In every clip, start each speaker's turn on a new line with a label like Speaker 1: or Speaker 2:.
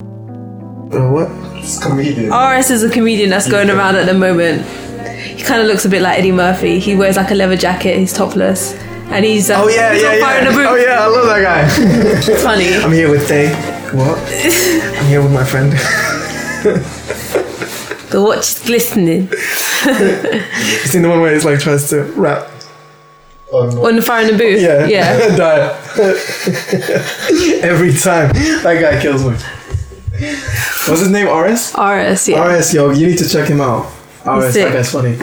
Speaker 1: The Uh, what?
Speaker 2: It's comedian.
Speaker 3: RS is a comedian that's going around at the moment. He kind of looks a bit like Eddie Murphy. He wears like a leather jacket. He's topless, and he's uh,
Speaker 1: Oh yeah,
Speaker 3: he's
Speaker 1: yeah,
Speaker 3: on fire
Speaker 1: yeah.
Speaker 3: in the booth.
Speaker 1: Oh yeah, I love that guy.
Speaker 3: It's funny.
Speaker 1: I'm here with Tay. What? I'm here with my friend.
Speaker 3: The watch is glistening
Speaker 1: It's in the one where he's like tries to rap.
Speaker 2: On
Speaker 3: on the fire in the booth.
Speaker 1: Yeah.
Speaker 3: yeah.
Speaker 1: Die. Every time that guy kills me. What's his name? RS.
Speaker 3: RS. Yeah.
Speaker 1: RS, yo, you need to check him out. RS,
Speaker 3: sick.
Speaker 1: that guy's funny.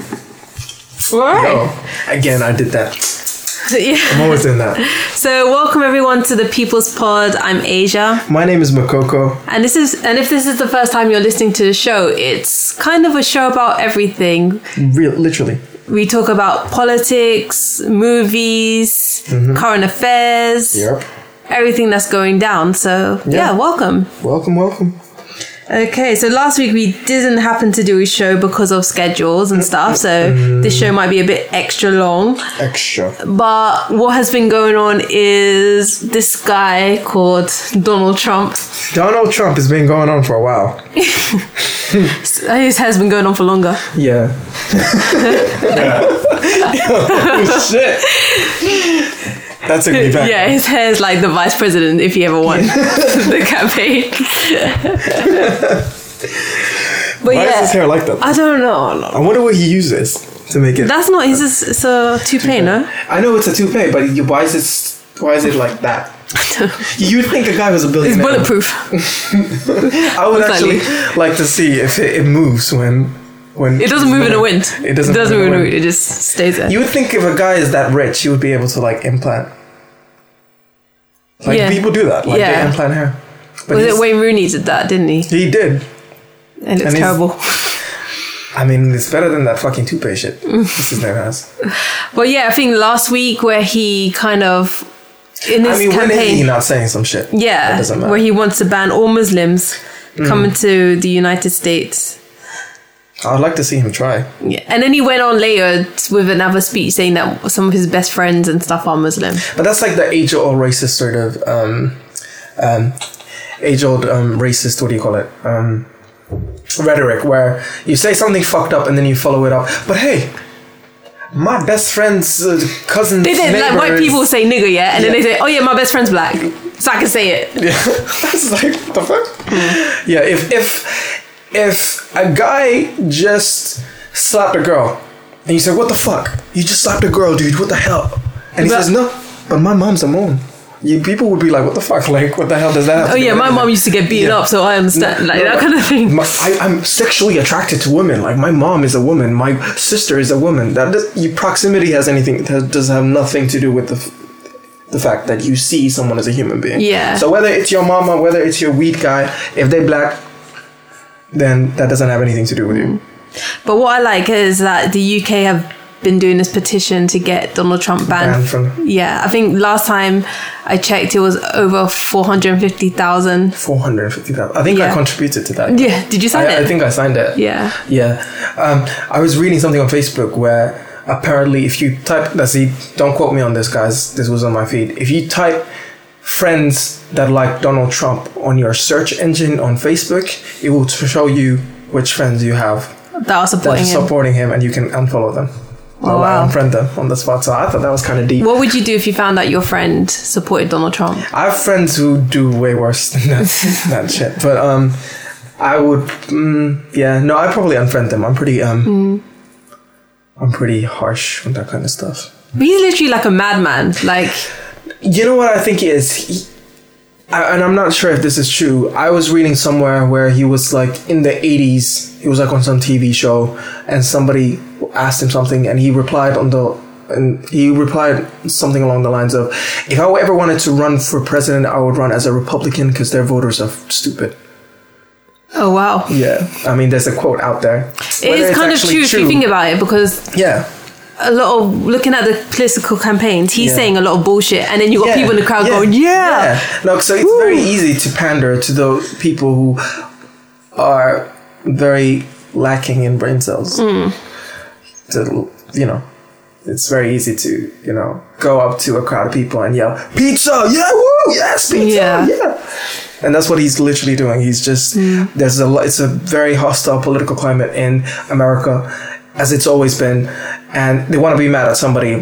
Speaker 3: Alright.
Speaker 1: Oh, again, I did that.
Speaker 3: So, yeah.
Speaker 1: I'm always doing that.
Speaker 3: So welcome everyone to the People's Pod. I'm Asia.
Speaker 1: My name is Makoko.
Speaker 3: And this is and if this is the first time you're listening to the show, it's kind of a show about everything.
Speaker 1: Real, literally.
Speaker 3: We talk about politics, movies,
Speaker 1: Mm-hmm.
Speaker 3: current affairs, everything that's going down. So yeah.
Speaker 1: Yeah.
Speaker 3: welcome.
Speaker 1: Welcome, welcome.
Speaker 3: Okay, so last week we didn't happen to do a show because of schedules and stuff, so this show might be a bit extra long.
Speaker 1: Extra.
Speaker 3: But what has been going on is this guy called Donald Trump.
Speaker 1: Donald Trump has been going on for a while.
Speaker 3: His hair's been going on for longer.
Speaker 1: Yeah. oh, shit. That's a good back.
Speaker 3: Yeah, his hair's like the vice president if he ever won the campaign. but
Speaker 1: Why
Speaker 3: yeah,
Speaker 1: is his hair like that?
Speaker 3: I don't know.
Speaker 1: I wonder what he uses to make it.
Speaker 3: That's not his. It's it's a toupee, no?
Speaker 1: I know it's a toupee, but you- why is it? Why is it like that? You'd think a guy was a
Speaker 3: It's
Speaker 1: billionaire.
Speaker 3: bulletproof.
Speaker 1: I would
Speaker 3: Exactly.
Speaker 1: actually like to see if it, it moves when when
Speaker 3: It doesn't move in the wind.
Speaker 1: It doesn't,
Speaker 3: move in the wind. It just stays there.
Speaker 1: You would think if a guy is that rich, he would be able to like implant. Like
Speaker 3: Yeah.
Speaker 1: people do that, like
Speaker 3: Yeah.
Speaker 1: they implant hair. But
Speaker 3: Was
Speaker 1: he's-
Speaker 3: it Wayne Rooney did that, didn't he?
Speaker 1: he did. And
Speaker 3: And it's
Speaker 1: he's-
Speaker 3: terrible.
Speaker 1: I mean, it's better than that fucking toupee shit. this is never has.
Speaker 3: But yeah, I think last week where he kind of in his
Speaker 1: I mean, when is
Speaker 3: campaign,
Speaker 1: he not saying some shit?
Speaker 3: yeah,
Speaker 1: That doesn't matter. Mm.
Speaker 3: where he wants to ban all Muslims coming to the United States.
Speaker 1: I'd like to see him try.
Speaker 3: Yeah. And then he went on later t- with another speech saying that some of his best friends and stuff are Muslim.
Speaker 1: But that's like the age old racist sort of um, um, age old um, racist. What do you call it? Um, rhetoric where you say something fucked up and then you follow it up. But hey, my best friend's uh, cousin's
Speaker 3: They did, like white
Speaker 1: neighbor is-
Speaker 3: people say nigger, yeah? And then they say, oh yeah, my best friend's black. So I can say it.
Speaker 1: Yeah, it's like what the fuck. Yeah, if if if a guy just slapped a girl and you say, "What the fuck? You just slapped a girl, dude. What the hell?" And he
Speaker 3: But-
Speaker 1: says, "No, but my mom's a mom." You people would be like, "What the fuck? Like, what the hell does that?" Have
Speaker 3: Oh yeah, my mom used to get beaten
Speaker 1: Yeah.
Speaker 3: up, so I understand. like that kind of thing.
Speaker 1: My, I, I'm sexually attracted to women. Like my mom is a woman. My sister is a woman. That does, you, proximity has anything has, does have nothing to do with the f- the fact that you see someone as a human being.
Speaker 3: Yeah.
Speaker 1: So whether it's your mama, whether it's your weed guy, if they black, then that doesn't have anything to do with
Speaker 3: Mm.
Speaker 1: you.
Speaker 3: But what I like is that the UK have been doing this petition to get Donald Trump banned.
Speaker 1: Banned from
Speaker 3: yeah, I think last time I checked, it was over 450,000.
Speaker 1: four hundred and fifty thousand. I think
Speaker 3: Yeah.
Speaker 1: I contributed to that.
Speaker 3: Yeah, did you sign
Speaker 1: I,
Speaker 3: it?
Speaker 1: I think I signed it.
Speaker 3: Yeah.
Speaker 1: Yeah. Um, I was reading something on Facebook where apparently if you type, let's see, don't quote me on this, guys, this was on my feed. If you type friends that like Donald Trump on your search engine on Facebook, it will t- show you which friends you have
Speaker 3: That I was
Speaker 1: that are
Speaker 3: supporting him.
Speaker 1: supporting him and you can unfollow them.
Speaker 3: Oh,
Speaker 1: or like,
Speaker 3: wow.
Speaker 1: unfriend them on the spot. So I thought that was kind of deep.
Speaker 3: What would you do if you found out your friend supported Donald Trump?
Speaker 1: I have friends who do way worse than that, that shit. But um, I would, mm, yeah, no, I probably unfriend them. I'm pretty um, I'm pretty harsh with that kind of stuff.
Speaker 3: But he's literally like a madman. Like,
Speaker 1: You know what I think he is, he, I, and I'm not sure if this is true. I was reading somewhere where he was like in the 80s. He was like on some TV show, and somebody asked him something, and he replied on the. And he replied something along the lines of, "If I ever wanted to run for president, I would run as a Republican because their voters are stupid."
Speaker 3: oh wow,
Speaker 1: Yeah, I mean, there's a quote out there.
Speaker 3: it is kind of true, if you think about it because
Speaker 1: yeah,
Speaker 3: a lot of looking at the political campaigns, he's
Speaker 1: Yeah.
Speaker 3: saying a lot of bullshit, and then you got
Speaker 1: Yeah,
Speaker 3: people in the crowd
Speaker 1: yeah,
Speaker 3: going, "Yeah,
Speaker 1: No, so it's very easy to pander to those people who are very lacking in brain cells.
Speaker 3: Mm.
Speaker 1: To you know, it's very easy to you know go up to a crowd of people and yell pizza, yeah, woo, yes, pizza,
Speaker 3: Yeah.
Speaker 1: yeah. and that's what he's literally doing. He's just
Speaker 3: Mm.
Speaker 1: there's a lo- it's a very hostile political climate in America, as it's always been, and they want to be mad at somebody.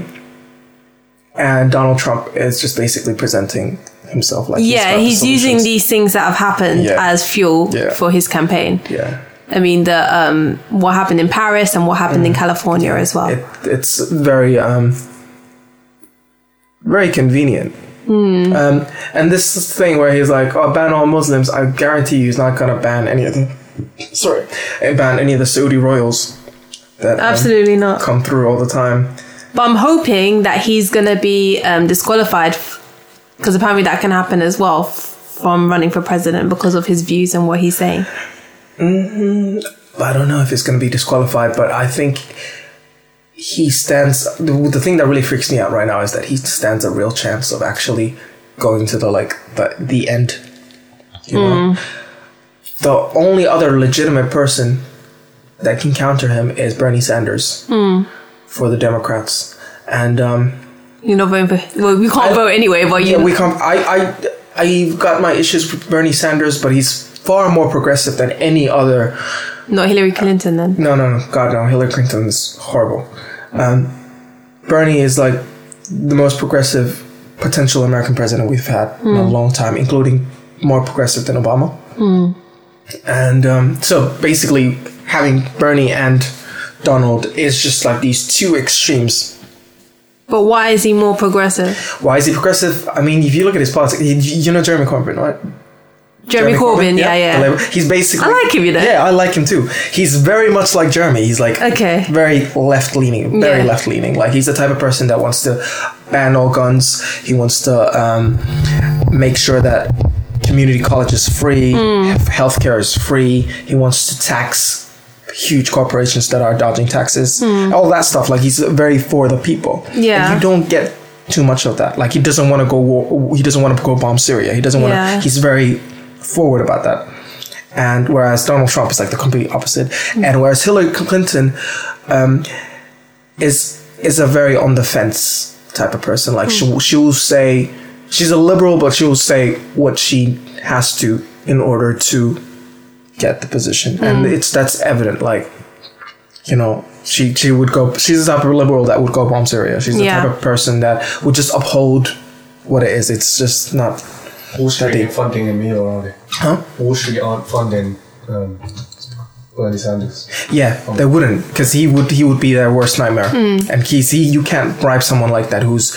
Speaker 1: And Donald Trump is just basically presenting himself like he's
Speaker 3: yeah,
Speaker 1: got the
Speaker 3: he's using
Speaker 1: solutions.
Speaker 3: these things that have happened
Speaker 1: Yeah.
Speaker 3: as fuel
Speaker 1: Yeah.
Speaker 3: for his campaign.
Speaker 1: yeah.
Speaker 3: I mean, the um, what happened in Paris and what happened in California as well.
Speaker 1: Mm. It, it's very um, very convenient.
Speaker 3: Hmm.
Speaker 1: Um, and this thing where he's like, "Oh, ban all Muslims," I guarantee you, he's not gonna ban any of the sorry, eh, ban any of the Saudi royals that um,
Speaker 3: Absolutely not.
Speaker 1: come through all the time.
Speaker 3: But I'm hoping that he's going to be um, disqualified because apparently that can happen as well f- from running for president because of his views and what he's saying.
Speaker 1: I don't know if it's gonna be disqualified, but I think he stands. The, the thing that really freaks me out right now is that he stands a real chance of actually going to the like the the end. You know. the only other legitimate person that can counter him is Bernie Sanders for the Democrats. And um,
Speaker 3: You're not voting for. Well, we can't
Speaker 1: I-
Speaker 3: vote anyway, but you.
Speaker 1: yeah, we come. I I I've got my issues with Bernie Sanders, but he's far more progressive than any other.
Speaker 3: not Hillary Clinton then.
Speaker 1: No, no, no, God no. Hillary Clinton is horrible. Um, Bernie is like the most progressive potential American president we've had in a long time, including more progressive than Obama. And um, so basically, having Bernie and Donald is just like these two extremes.
Speaker 3: But why is he more progressive?
Speaker 1: Why is he progressive? I mean, if you look at his politics, you, you know Jeremy Corbyn, right?
Speaker 3: Jeremy, Corbyn, yeah, yeah.
Speaker 1: The Labour- He's basically.
Speaker 3: I like him, you know.
Speaker 1: Yeah, I like him too. He's very much like Jeremy. He's like
Speaker 3: Okay.
Speaker 1: very left leaning, very
Speaker 3: Yeah.
Speaker 1: left leaning. Like he's the type of person that wants to ban all guns. He wants to um, make sure that community college is free,
Speaker 3: Mm.
Speaker 1: healthcare is free. He wants to tax huge corporations that are dodging taxes, all that stuff. Like he's very for the people.
Speaker 3: Mm. Yeah.
Speaker 1: and you don't get too much of that. Like he doesn't want to go war. He doesn't want to go bomb Syria. He doesn't want
Speaker 3: Yeah.
Speaker 1: to. He's very forward about that. And whereas Donald Trump is like the complete opposite, and whereas Hillary Clinton um, is is a very on the fence type of person. Like she she will say she's a liberal, but she will say what she has to in order to get the position, and it's that's evident. Like you know, she she would go. She's the type of liberal that would go bomb Syria. She's the
Speaker 3: Yeah.
Speaker 1: type of person that would just uphold what it is. It's just not.
Speaker 2: Wall Street ain't funding a meal, are they?
Speaker 1: Huh?
Speaker 2: Wall Street aren't funding um, Bernie Sanders.
Speaker 1: Yeah, they wouldn't, because he would he would be their worst nightmare. And he's he you can't bribe someone like that whose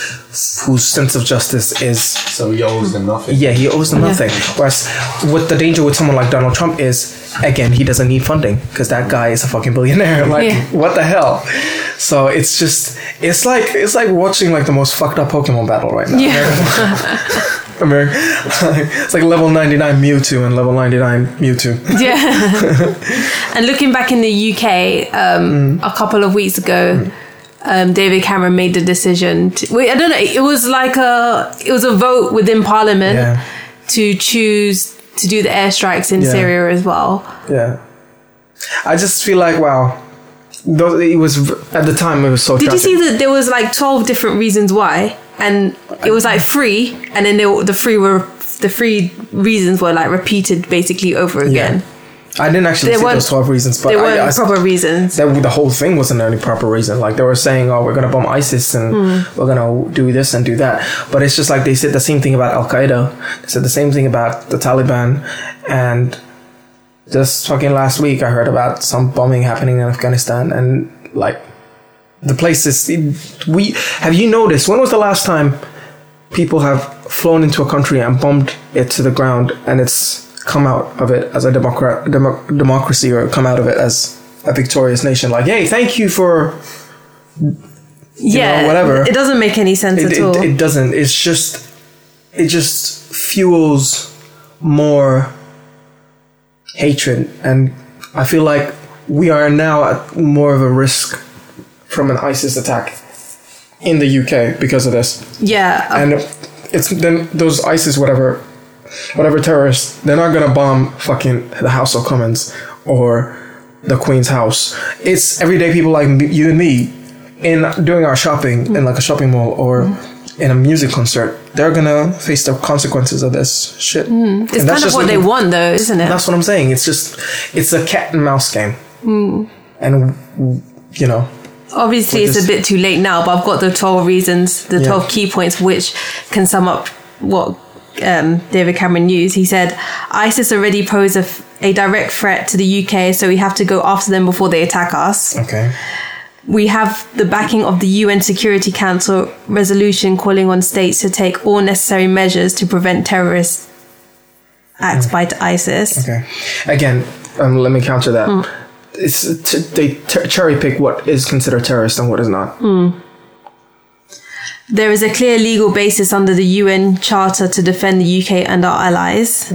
Speaker 1: whose sense of justice is
Speaker 2: So he owes them nothing.
Speaker 1: Yeah, he owes them nothing. Whereas, what the danger with someone like Donald Trump is, again, he doesn't need funding because that guy is a fucking billionaire. Like,
Speaker 3: Yeah.
Speaker 1: what the hell? So it's just, it's like, it's like watching like the most fucked up Pokemon battle right now.
Speaker 3: Yeah.
Speaker 1: I mean, it's like level ninety nine Mewtwo and level ninety nine Mewtwo.
Speaker 3: yeah. and looking back in the UK,
Speaker 1: Mm.
Speaker 3: um, a couple of weeks ago, um, David Cameron made the decision. To, wait, I don't know. It was like a it was a vote within Parliament
Speaker 1: Yeah.
Speaker 3: to choose to do the airstrikes in
Speaker 1: Yeah.
Speaker 3: Syria as well.
Speaker 1: Yeah, I just feel like wow, Those- it was v- at the time it was so.
Speaker 3: Did you
Speaker 1: drastic.
Speaker 3: see that there was like twelve different reasons why, and it was like three, and then they, were- the three were the three reasons were like repeated basically over again.
Speaker 1: I didn't actually
Speaker 3: There
Speaker 1: see
Speaker 3: weren't-
Speaker 1: those twelve reasons, but
Speaker 3: There
Speaker 1: I,
Speaker 3: weren't
Speaker 1: I,
Speaker 3: proper reasons.
Speaker 1: that the whole thing wasn't any proper reason. Like they were saying, "Oh, we're gonna bomb ISIS and we're gonna do this and do that," but it's just like they said the same thing about Al Qaeda. They said the same thing about the Taliban, and just fucking last week I heard about some bombing happening in Afghanistan, and like the places it- we have you noticed? When was the last time people have flown into a country and bombed it to the ground, and it's come out of it as a democra- demo- democracy or come out of it as a victorious nation. Like, hey, thank you for
Speaker 3: yeah,
Speaker 1: know, whatever.
Speaker 3: It doesn't make any sense
Speaker 1: it.
Speaker 3: at all.
Speaker 1: It, it doesn't. It's just it just fuels more hatred, and I feel like we are now at more of a risk from an ISIS attack in the UK because of this.
Speaker 3: yeah,
Speaker 1: and it's then those ISIS whatever, whatever terrorists, they're not gonna bomb fucking the House of Commons or the Queen's house. It's everyday people like me- you and me in doing our shopping in like a shopping mall or in a music concert, they're gonna face the consequences of this shit.
Speaker 3: Hmm. It's
Speaker 1: And that's
Speaker 3: kind of
Speaker 1: just
Speaker 3: what they
Speaker 1: looking-
Speaker 3: want, though, isn't it?
Speaker 1: That's what I'm saying. It's just it's a cat and mouse game,
Speaker 3: Hmm.
Speaker 1: and you know,
Speaker 3: Obviously,
Speaker 1: We're
Speaker 3: it's a
Speaker 1: just-
Speaker 3: bit too late now, but I've got the 12 reasons, the
Speaker 1: Yeah.
Speaker 3: 12 key points, which can sum up what um, David Cameron used. He said, ISIS already pose a, f- a direct threat to the UK, so we have to go after them before they attack us.
Speaker 1: okay,
Speaker 3: We have the backing of the UN Security Council resolution calling on states to take all necessary measures to prevent terrorist
Speaker 1: Mm.
Speaker 3: acts by ISIS.
Speaker 1: okay. Again, um, let me counter that. It's t- they t- cherry pick what is considered terrorist and what is not.
Speaker 3: There is a clear legal basis under the UN Charter to defend the UK and our allies.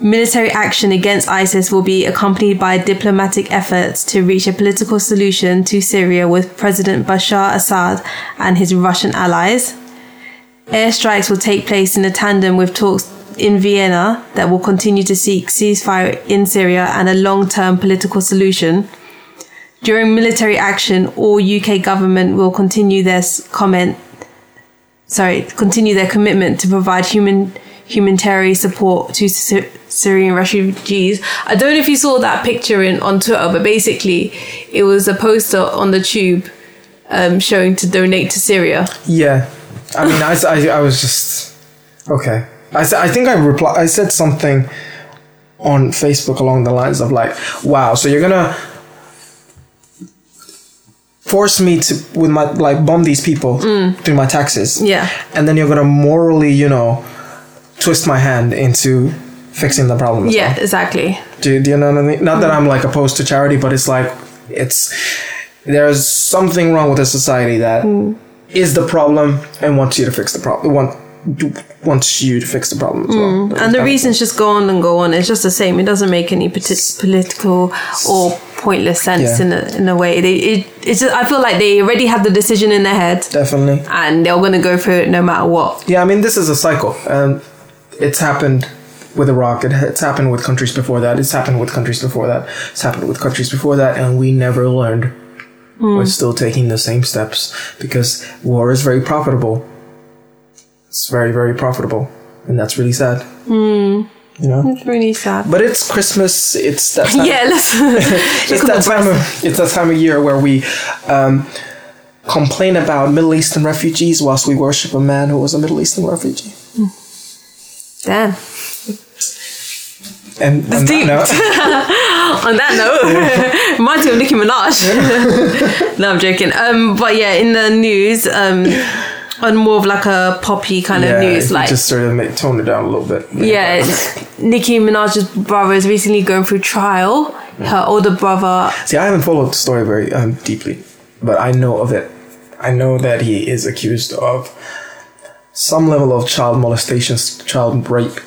Speaker 3: Military action against ISIS will be accompanied by diplomatic efforts to reach a political solution to Syria with President Bashar Assad and his Russian allies. Airstrikes will take place in a tandem with talks in Vienna that will continue to seek ceasefire in Syria and a long term political solution. During military action, all UK government will continue their s- comment sorry, continue their commitment to provide human humanitarian support to Sy- Syrian refugees. I don't know if you saw that picture in on Twitter, but basically, it was a poster on the tube um, showing to donate to Syria.
Speaker 1: Yeah, I mean, I, s- I- I was just okay. I, s- I think I reply. I said something on Facebook along the lines of like, "Wow, so you're gonna force me to with my like bomb these people through my taxes,
Speaker 3: Yeah.
Speaker 1: and then you're gonna morally, you know, twist my hand into fixing the problem." as
Speaker 3: Yeah, exactly.
Speaker 1: do, do you know what I mean? Not that I'm like opposed to charity, but it's like it's there's something wrong with a society that is
Speaker 3: Hmm.
Speaker 1: the problem and wants you to fix the problem. Want wants you to fix the problem as well.
Speaker 3: Hmm.
Speaker 1: Um,
Speaker 3: And the reasons just go on and go on. It's just the same. It doesn't make any pati- political or pointless sense
Speaker 1: Yeah.
Speaker 3: in a in a way. They it, it's just, I feel like they already have the decision in their head,
Speaker 1: definitely.
Speaker 3: and they're gonna go for it no matter what.
Speaker 1: Yeah, I mean this is a cycle, and it's happened with Iraq. It, it's happened with countries before that. It's happened with countries before that. It's happened with countries before that, and we never learned. We're still taking the same steps because war is very profitable. It's very very profitable, and that's really sad. Mm. You know,
Speaker 3: It's really sad.
Speaker 1: but it's Christmas. It's that time
Speaker 3: Hmm. Yeah, let's.
Speaker 1: it's that time of it's that time of year where we um, complain about Middle Eastern refugees whilst we worship a man who was a Middle Eastern refugee.
Speaker 3: Damn.
Speaker 1: And on that
Speaker 3: deep.
Speaker 1: note-
Speaker 3: On that note, reminds me of Nicki Minaj. no, I'm joking. Um, but yeah, in the news, um, on more of like a poppy kind
Speaker 1: yeah,
Speaker 3: of news,
Speaker 1: you
Speaker 3: like
Speaker 1: just sort of make, tone it down a little bit.
Speaker 3: yeah, Nicki Minaj's brother is recently going through trial. Her older brother,
Speaker 1: See, I haven't followed the story very um, deeply, but I know of it. I know that he is accused of some level of child molestation, s- child rape.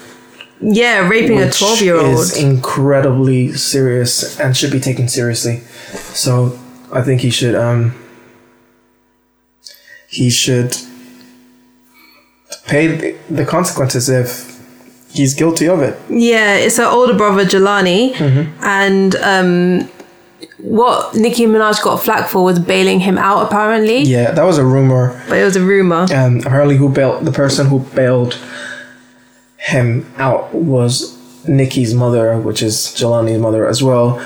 Speaker 3: yeah, raping a
Speaker 1: which
Speaker 3: twelve-year-old.
Speaker 1: is incredibly serious and should be taken seriously. So I think he should um he should pay the- the consequences if he's guilty of it.
Speaker 3: Yeah, it's her older brother Jelani,
Speaker 1: Mm-hmm.
Speaker 3: and um, what Nicki Minaj got flack for was bailing him out. Apparently,
Speaker 1: Yeah, that was a rumor.
Speaker 3: but it was a rumor.
Speaker 1: Um, apparently, who bailed the person who bailed him out was Nikki's mother, which is Jelani's mother as well.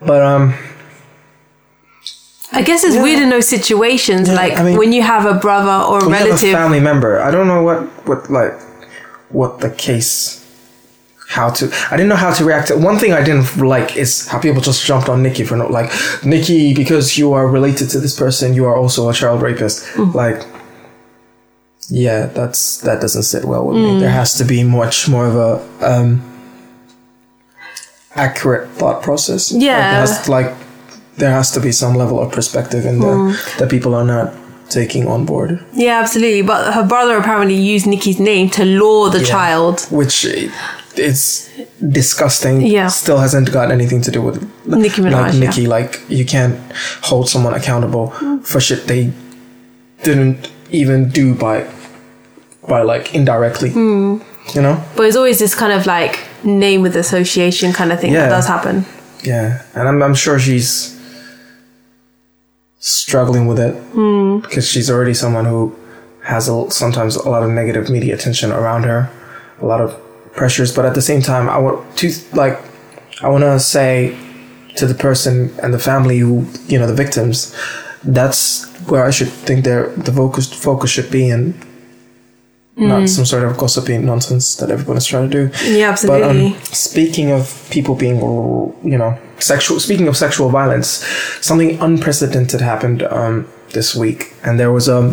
Speaker 1: But um,
Speaker 3: I guess it's weird in those situations,
Speaker 1: Yeah,
Speaker 3: like
Speaker 1: I mean-
Speaker 3: when you have a brother or a
Speaker 1: We have a
Speaker 3: relative.
Speaker 1: family member. I don't know what what like what the case. How to? I didn't know how to react. to One thing I didn't like is how people just jumped on Nikki for not like Nikki because you are related to this person. You are also a child rapist.
Speaker 3: Mm.
Speaker 1: Like, yeah, that's that doesn't sit well with
Speaker 3: Mm.
Speaker 1: me. There has to be much more of a um accurate thought process. Like,
Speaker 3: Yeah.
Speaker 1: there has, like there has to be some level of perspective in there
Speaker 3: Mm.
Speaker 1: that people are not taking on board.
Speaker 3: yeah, absolutely. But her brother apparently used Nikki's name to lure the child,
Speaker 1: which is disgusting.
Speaker 3: Yeah.
Speaker 1: still hasn't got anything to do with
Speaker 3: Nicki Minaj.
Speaker 1: like
Speaker 3: yeah.
Speaker 1: Nikki. Like you can't hold someone accountable for shit they didn't even do by by like indirectly.
Speaker 3: Hmm.
Speaker 1: You know?
Speaker 3: But it's always this kind of like name with association kind of thing
Speaker 1: Yeah.
Speaker 3: that does happen.
Speaker 1: Yeah, and I'm I'm sure she's
Speaker 3: Hmm.
Speaker 1: struggling with it because she's already someone who has a, sometimes a lot of negative media attention around her, a lot of pressures. But at the same time, I want to like, I want to say to the person and the family who you know the victims, that's where I should think their the focus focus should be and.
Speaker 3: Mm.
Speaker 1: Not some sort of gossipy nonsense that everyone is trying to do.
Speaker 3: Yeah,
Speaker 1: But um,
Speaker 3: absolutely.
Speaker 1: speaking of people being, you know, sexual. Speaking of sexual violence, something unprecedented happened um, this week, and there was um,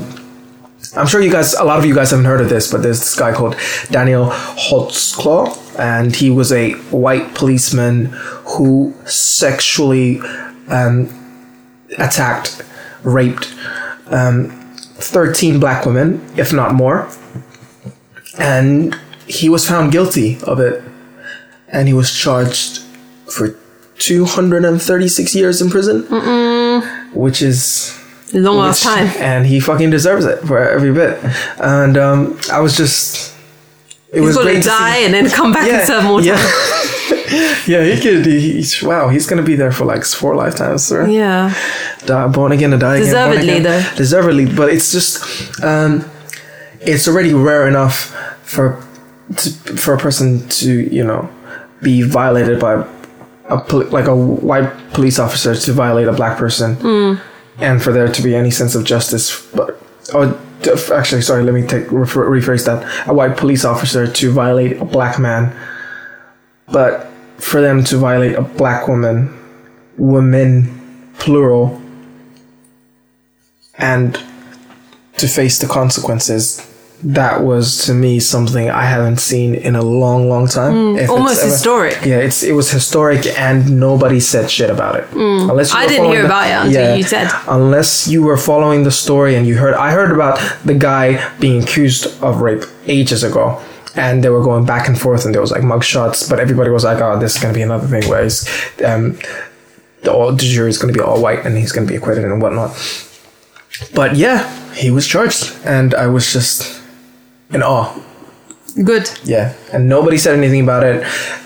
Speaker 1: I'm sure you guys, a lot of you guys haven't heard of this, but there's this guy called Daniel Holtzclaw, and he was a white policeman who sexually um, attacked, raped um, 13 black women, if not more. And he was found guilty of it, and he was charged for 236 years in prison, which is
Speaker 3: Long ass
Speaker 1: which-
Speaker 3: time.
Speaker 1: And he fucking deserves it for every bit. And um, I was just. It
Speaker 3: He's
Speaker 1: was
Speaker 3: gonna
Speaker 1: great
Speaker 3: die
Speaker 1: to see.
Speaker 3: and then come back and serve more
Speaker 1: yeah.
Speaker 3: time.
Speaker 1: yeah, he could. He, he's, wow, he's gonna be there for like four lifetimes, sir.
Speaker 3: Yeah.
Speaker 1: Die, born again and die again. born
Speaker 3: Deservedly,
Speaker 1: again.
Speaker 3: though.
Speaker 1: Deservedly, but it's just, um, it's already rare enough for to, for a person to you know be violated by a poli- like a white police officer to violate a black person,
Speaker 3: Hmm.
Speaker 1: and for there to be any sense of justice, but or d- actually, sorry, let me take refer, rephrase that: a white police officer to violate a black man, but for them to violate a black woman, women, plural, and to face the consequences. That was to me something I haven't seen in a long, long time. if it's
Speaker 3: Mm, Almost
Speaker 1: ever-
Speaker 3: historic.
Speaker 1: yeah, it's it was historic, and nobody said shit about it. Unless
Speaker 3: I
Speaker 1: were
Speaker 3: didn't
Speaker 1: following
Speaker 3: hear
Speaker 1: the-
Speaker 3: about it until you said.
Speaker 1: Unless you were following the story and you heard, I heard about the guy being accused of rape ages ago, and they were going back and forth, and there was like mugshots, but everybody was like, "Oh, this is gonna be another thing where he's, um, the, all, the jury's gonna be all white, and he's gonna be acquitted and whatnot." But yeah, he was charged, and I was just in awe.
Speaker 3: Good.
Speaker 1: Yeah, and nobody said anything about it.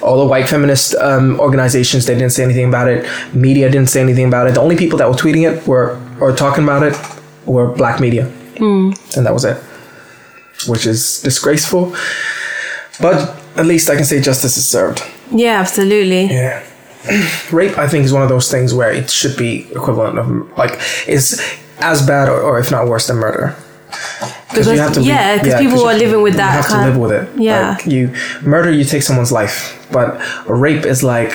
Speaker 1: All the white feminist um, organizations they didn't say anything about it. Media didn't say anything about it. The only people that were tweeting it were or talking about it were black media,
Speaker 3: Hmm.
Speaker 1: and that was it, which is disgraceful. But at least I can say justice is served.
Speaker 3: Yeah, absolutely.
Speaker 1: Yeah. Rape, I think, is one of those things where it should be equivalent of like it's as bad or, or if not worse than murder.
Speaker 3: Because- yeah, 'cause people
Speaker 1: you-
Speaker 3: are living with that
Speaker 1: You have to
Speaker 3: kind-
Speaker 1: live with it.
Speaker 3: Yeah.
Speaker 1: Like, you murder, you take someone's life, but a rape is like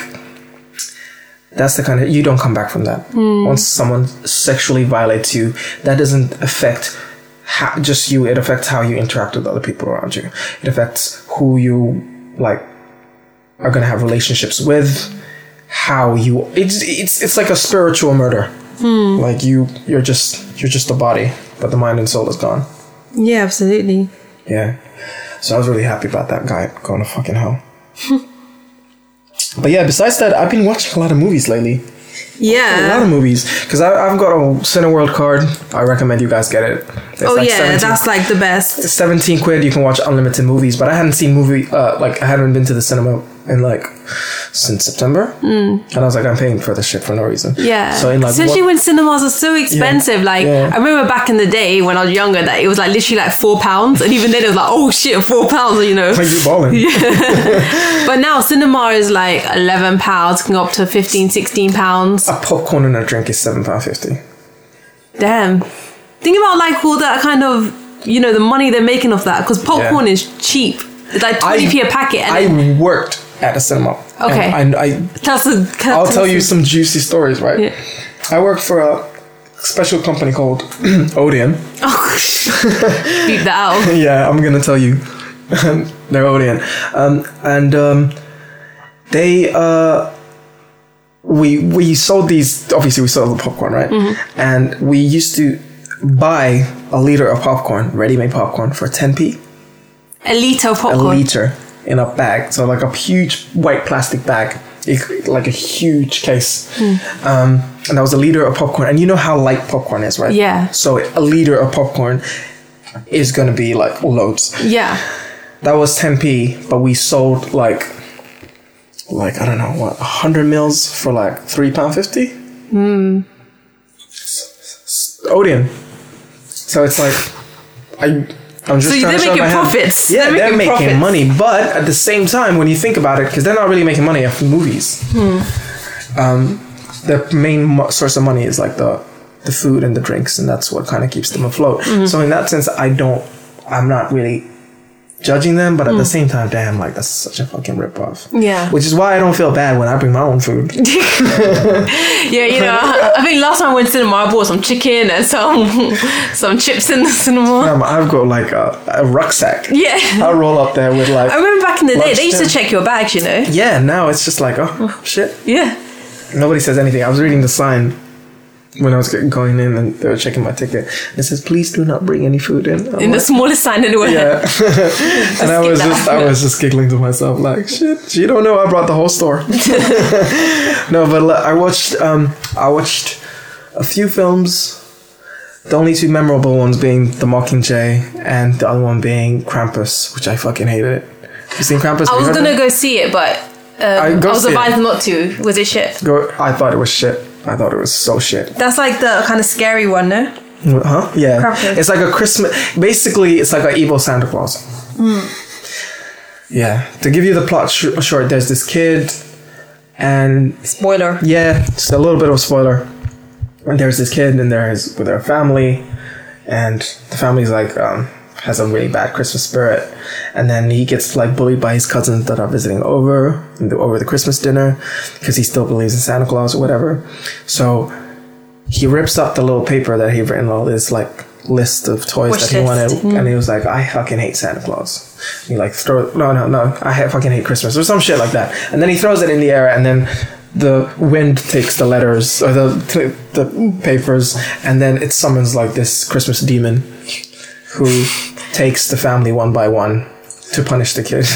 Speaker 1: that's the kind of you don't come back from that. Once someone sexually violates you, that doesn't affect how, just you. It affects how you interact with other people around you. It affects who you like are gonna have relationships with. How you it's it's it's like a spiritual murder. Like you you're just you're just a body, but the mind and soul is gone.
Speaker 3: Yeah, absolutely.
Speaker 1: Yeah. So I was really happy about that guy going to fucking hell. but yeah, besides that, I've been watching a lot of movies lately. A lot
Speaker 3: Yeah.
Speaker 1: of movies. Because I've got a Cineworld card. I recommend you guys get it. It's
Speaker 3: Oh yeah, that's like the best.
Speaker 1: 17 quid you can watch unlimited movies but i hadn't seen movie uh, like i hadn't been to the cinema in like since september mm. and i was like i'm paying for this shit for no reason
Speaker 3: Yeah.
Speaker 1: so in like
Speaker 3: Especially
Speaker 1: one-
Speaker 3: when cinemas are so expensive. Like
Speaker 1: yeah.
Speaker 3: I remember back in the day when I was younger that it was like literally like four pounds. And even then it was like, oh shit, four pounds, you know.
Speaker 1: like you're balling
Speaker 3: But now cinema is like eleven pounds, can go up to 15, 16 pounds.
Speaker 1: a popcorn and a drink is £7.50
Speaker 3: Damn. Think about like all that kind of you know, the money they're making off that, because popcorn
Speaker 1: Yeah.
Speaker 3: is cheap. It's like twenty p a packet and it-
Speaker 1: i worked at a cinema and
Speaker 3: Okay.
Speaker 1: I, I
Speaker 3: that's the
Speaker 1: I'll tell you some juicy stories, right?
Speaker 3: Yeah.
Speaker 1: I work for a special company called Odeon.
Speaker 3: Oh, beat that out.
Speaker 1: Yeah, I'm gonna tell you. They're Odeon. Um, and um, they, uh, we, we sold these, obviously, we sold the popcorn, right?
Speaker 3: Mm-hmm.
Speaker 1: And we used to buy a liter of popcorn, ready made popcorn, for 10p.
Speaker 3: A liter of
Speaker 1: a
Speaker 3: popcorn.
Speaker 1: liter in a bag, so like a huge white plastic bag, it- like a huge case.
Speaker 3: Hmm.
Speaker 1: Um, and that was a liter of popcorn. And you know how light popcorn is, right?
Speaker 3: Yeah.
Speaker 1: So a liter of popcorn is gonna be like loads.
Speaker 3: Yeah.
Speaker 1: That was 10p, but we sold like, like I don't know what, 100 mils for like three pound fifty. Hmm. Odeon. So it's like I. I'm just
Speaker 3: So
Speaker 1: trying
Speaker 3: they're
Speaker 1: to shut
Speaker 3: making
Speaker 1: my hand.
Speaker 3: profits.
Speaker 1: Yeah,
Speaker 3: They're
Speaker 1: they're,
Speaker 3: making
Speaker 1: making
Speaker 3: profits.
Speaker 1: money, but at the same time, when you think about it, because they're not really making money off movies. Um, their main mo- source of money is like the the food and the drinks, and that's what kind of keeps them afloat.
Speaker 3: Mm-hmm.
Speaker 1: So in that sense, I don't. I'm not really judging them, but at the same time, damn, like that's such a fucking ripoff.
Speaker 3: Mm. Yeah.
Speaker 1: Which is why I don't feel bad when I bring my own food.
Speaker 3: Yeah, you know, I think last time I went to cinema, I bought some chicken and some some chips in the cinema.
Speaker 1: Um, I've got like a, a rucksack.
Speaker 3: Yeah.
Speaker 1: I roll up there with like.
Speaker 3: I remember back in the day, they used to
Speaker 1: Lunchtime.
Speaker 3: check your bags, you know?
Speaker 1: yeah, now it's just like, oh, shit.
Speaker 3: Yeah.
Speaker 1: Nobody says anything. I was reading the sign when I was g- going in and they were checking my ticket. It says, please do not bring any food in. I'm
Speaker 3: In the
Speaker 1: like,
Speaker 3: smallest sign in the world.
Speaker 1: yeah, and I
Speaker 3: skip
Speaker 1: was
Speaker 3: that.
Speaker 1: just I was just giggling to myself like shit. You don't know I brought the whole store. no, but like, I watched um I watched a few films. The only two memorable ones being The Mockingjay and the other one being Krampus, which I fucking hated it. You seen Krampus? Have
Speaker 3: I
Speaker 1: you
Speaker 3: was
Speaker 1: heard
Speaker 3: gonna
Speaker 1: of it?
Speaker 3: go see it, but
Speaker 1: I
Speaker 3: um, I,
Speaker 1: go
Speaker 3: was
Speaker 1: see it.
Speaker 3: advised not to. Was it shit?
Speaker 1: go. I thought it was shit. I thought it was so shit.
Speaker 3: That's like the kind of scary one, no?
Speaker 1: Huh? Yeah.
Speaker 3: Krampus.
Speaker 1: It's like a Christmas. Basically, it's like an evil Santa Claus. Yeah. To give you the plot sh- short, there's this kid, and
Speaker 3: Spoiler.
Speaker 1: yeah, it's a little bit of a spoiler. And there's this kid, and there's with her family, and the family's like um, has a really bad Christmas spirit. And then he gets like bullied by his cousins that are visiting over and the- over the Christmas dinner because he still believes in Santa Claus or whatever. So he rips up the little paper that he'd written all this like list of toys
Speaker 3: Wish
Speaker 1: that he
Speaker 3: list. Mm-hmm.
Speaker 1: wanted, and he was like, "I fucking hate Santa Claus." He like throw no no no, I ha- fucking hate Christmas or some shit like that, and then he throws it in the air, and then the wind takes the letters or the the papers, and then it summons like this Christmas demon who takes the family one by one to punish the kid.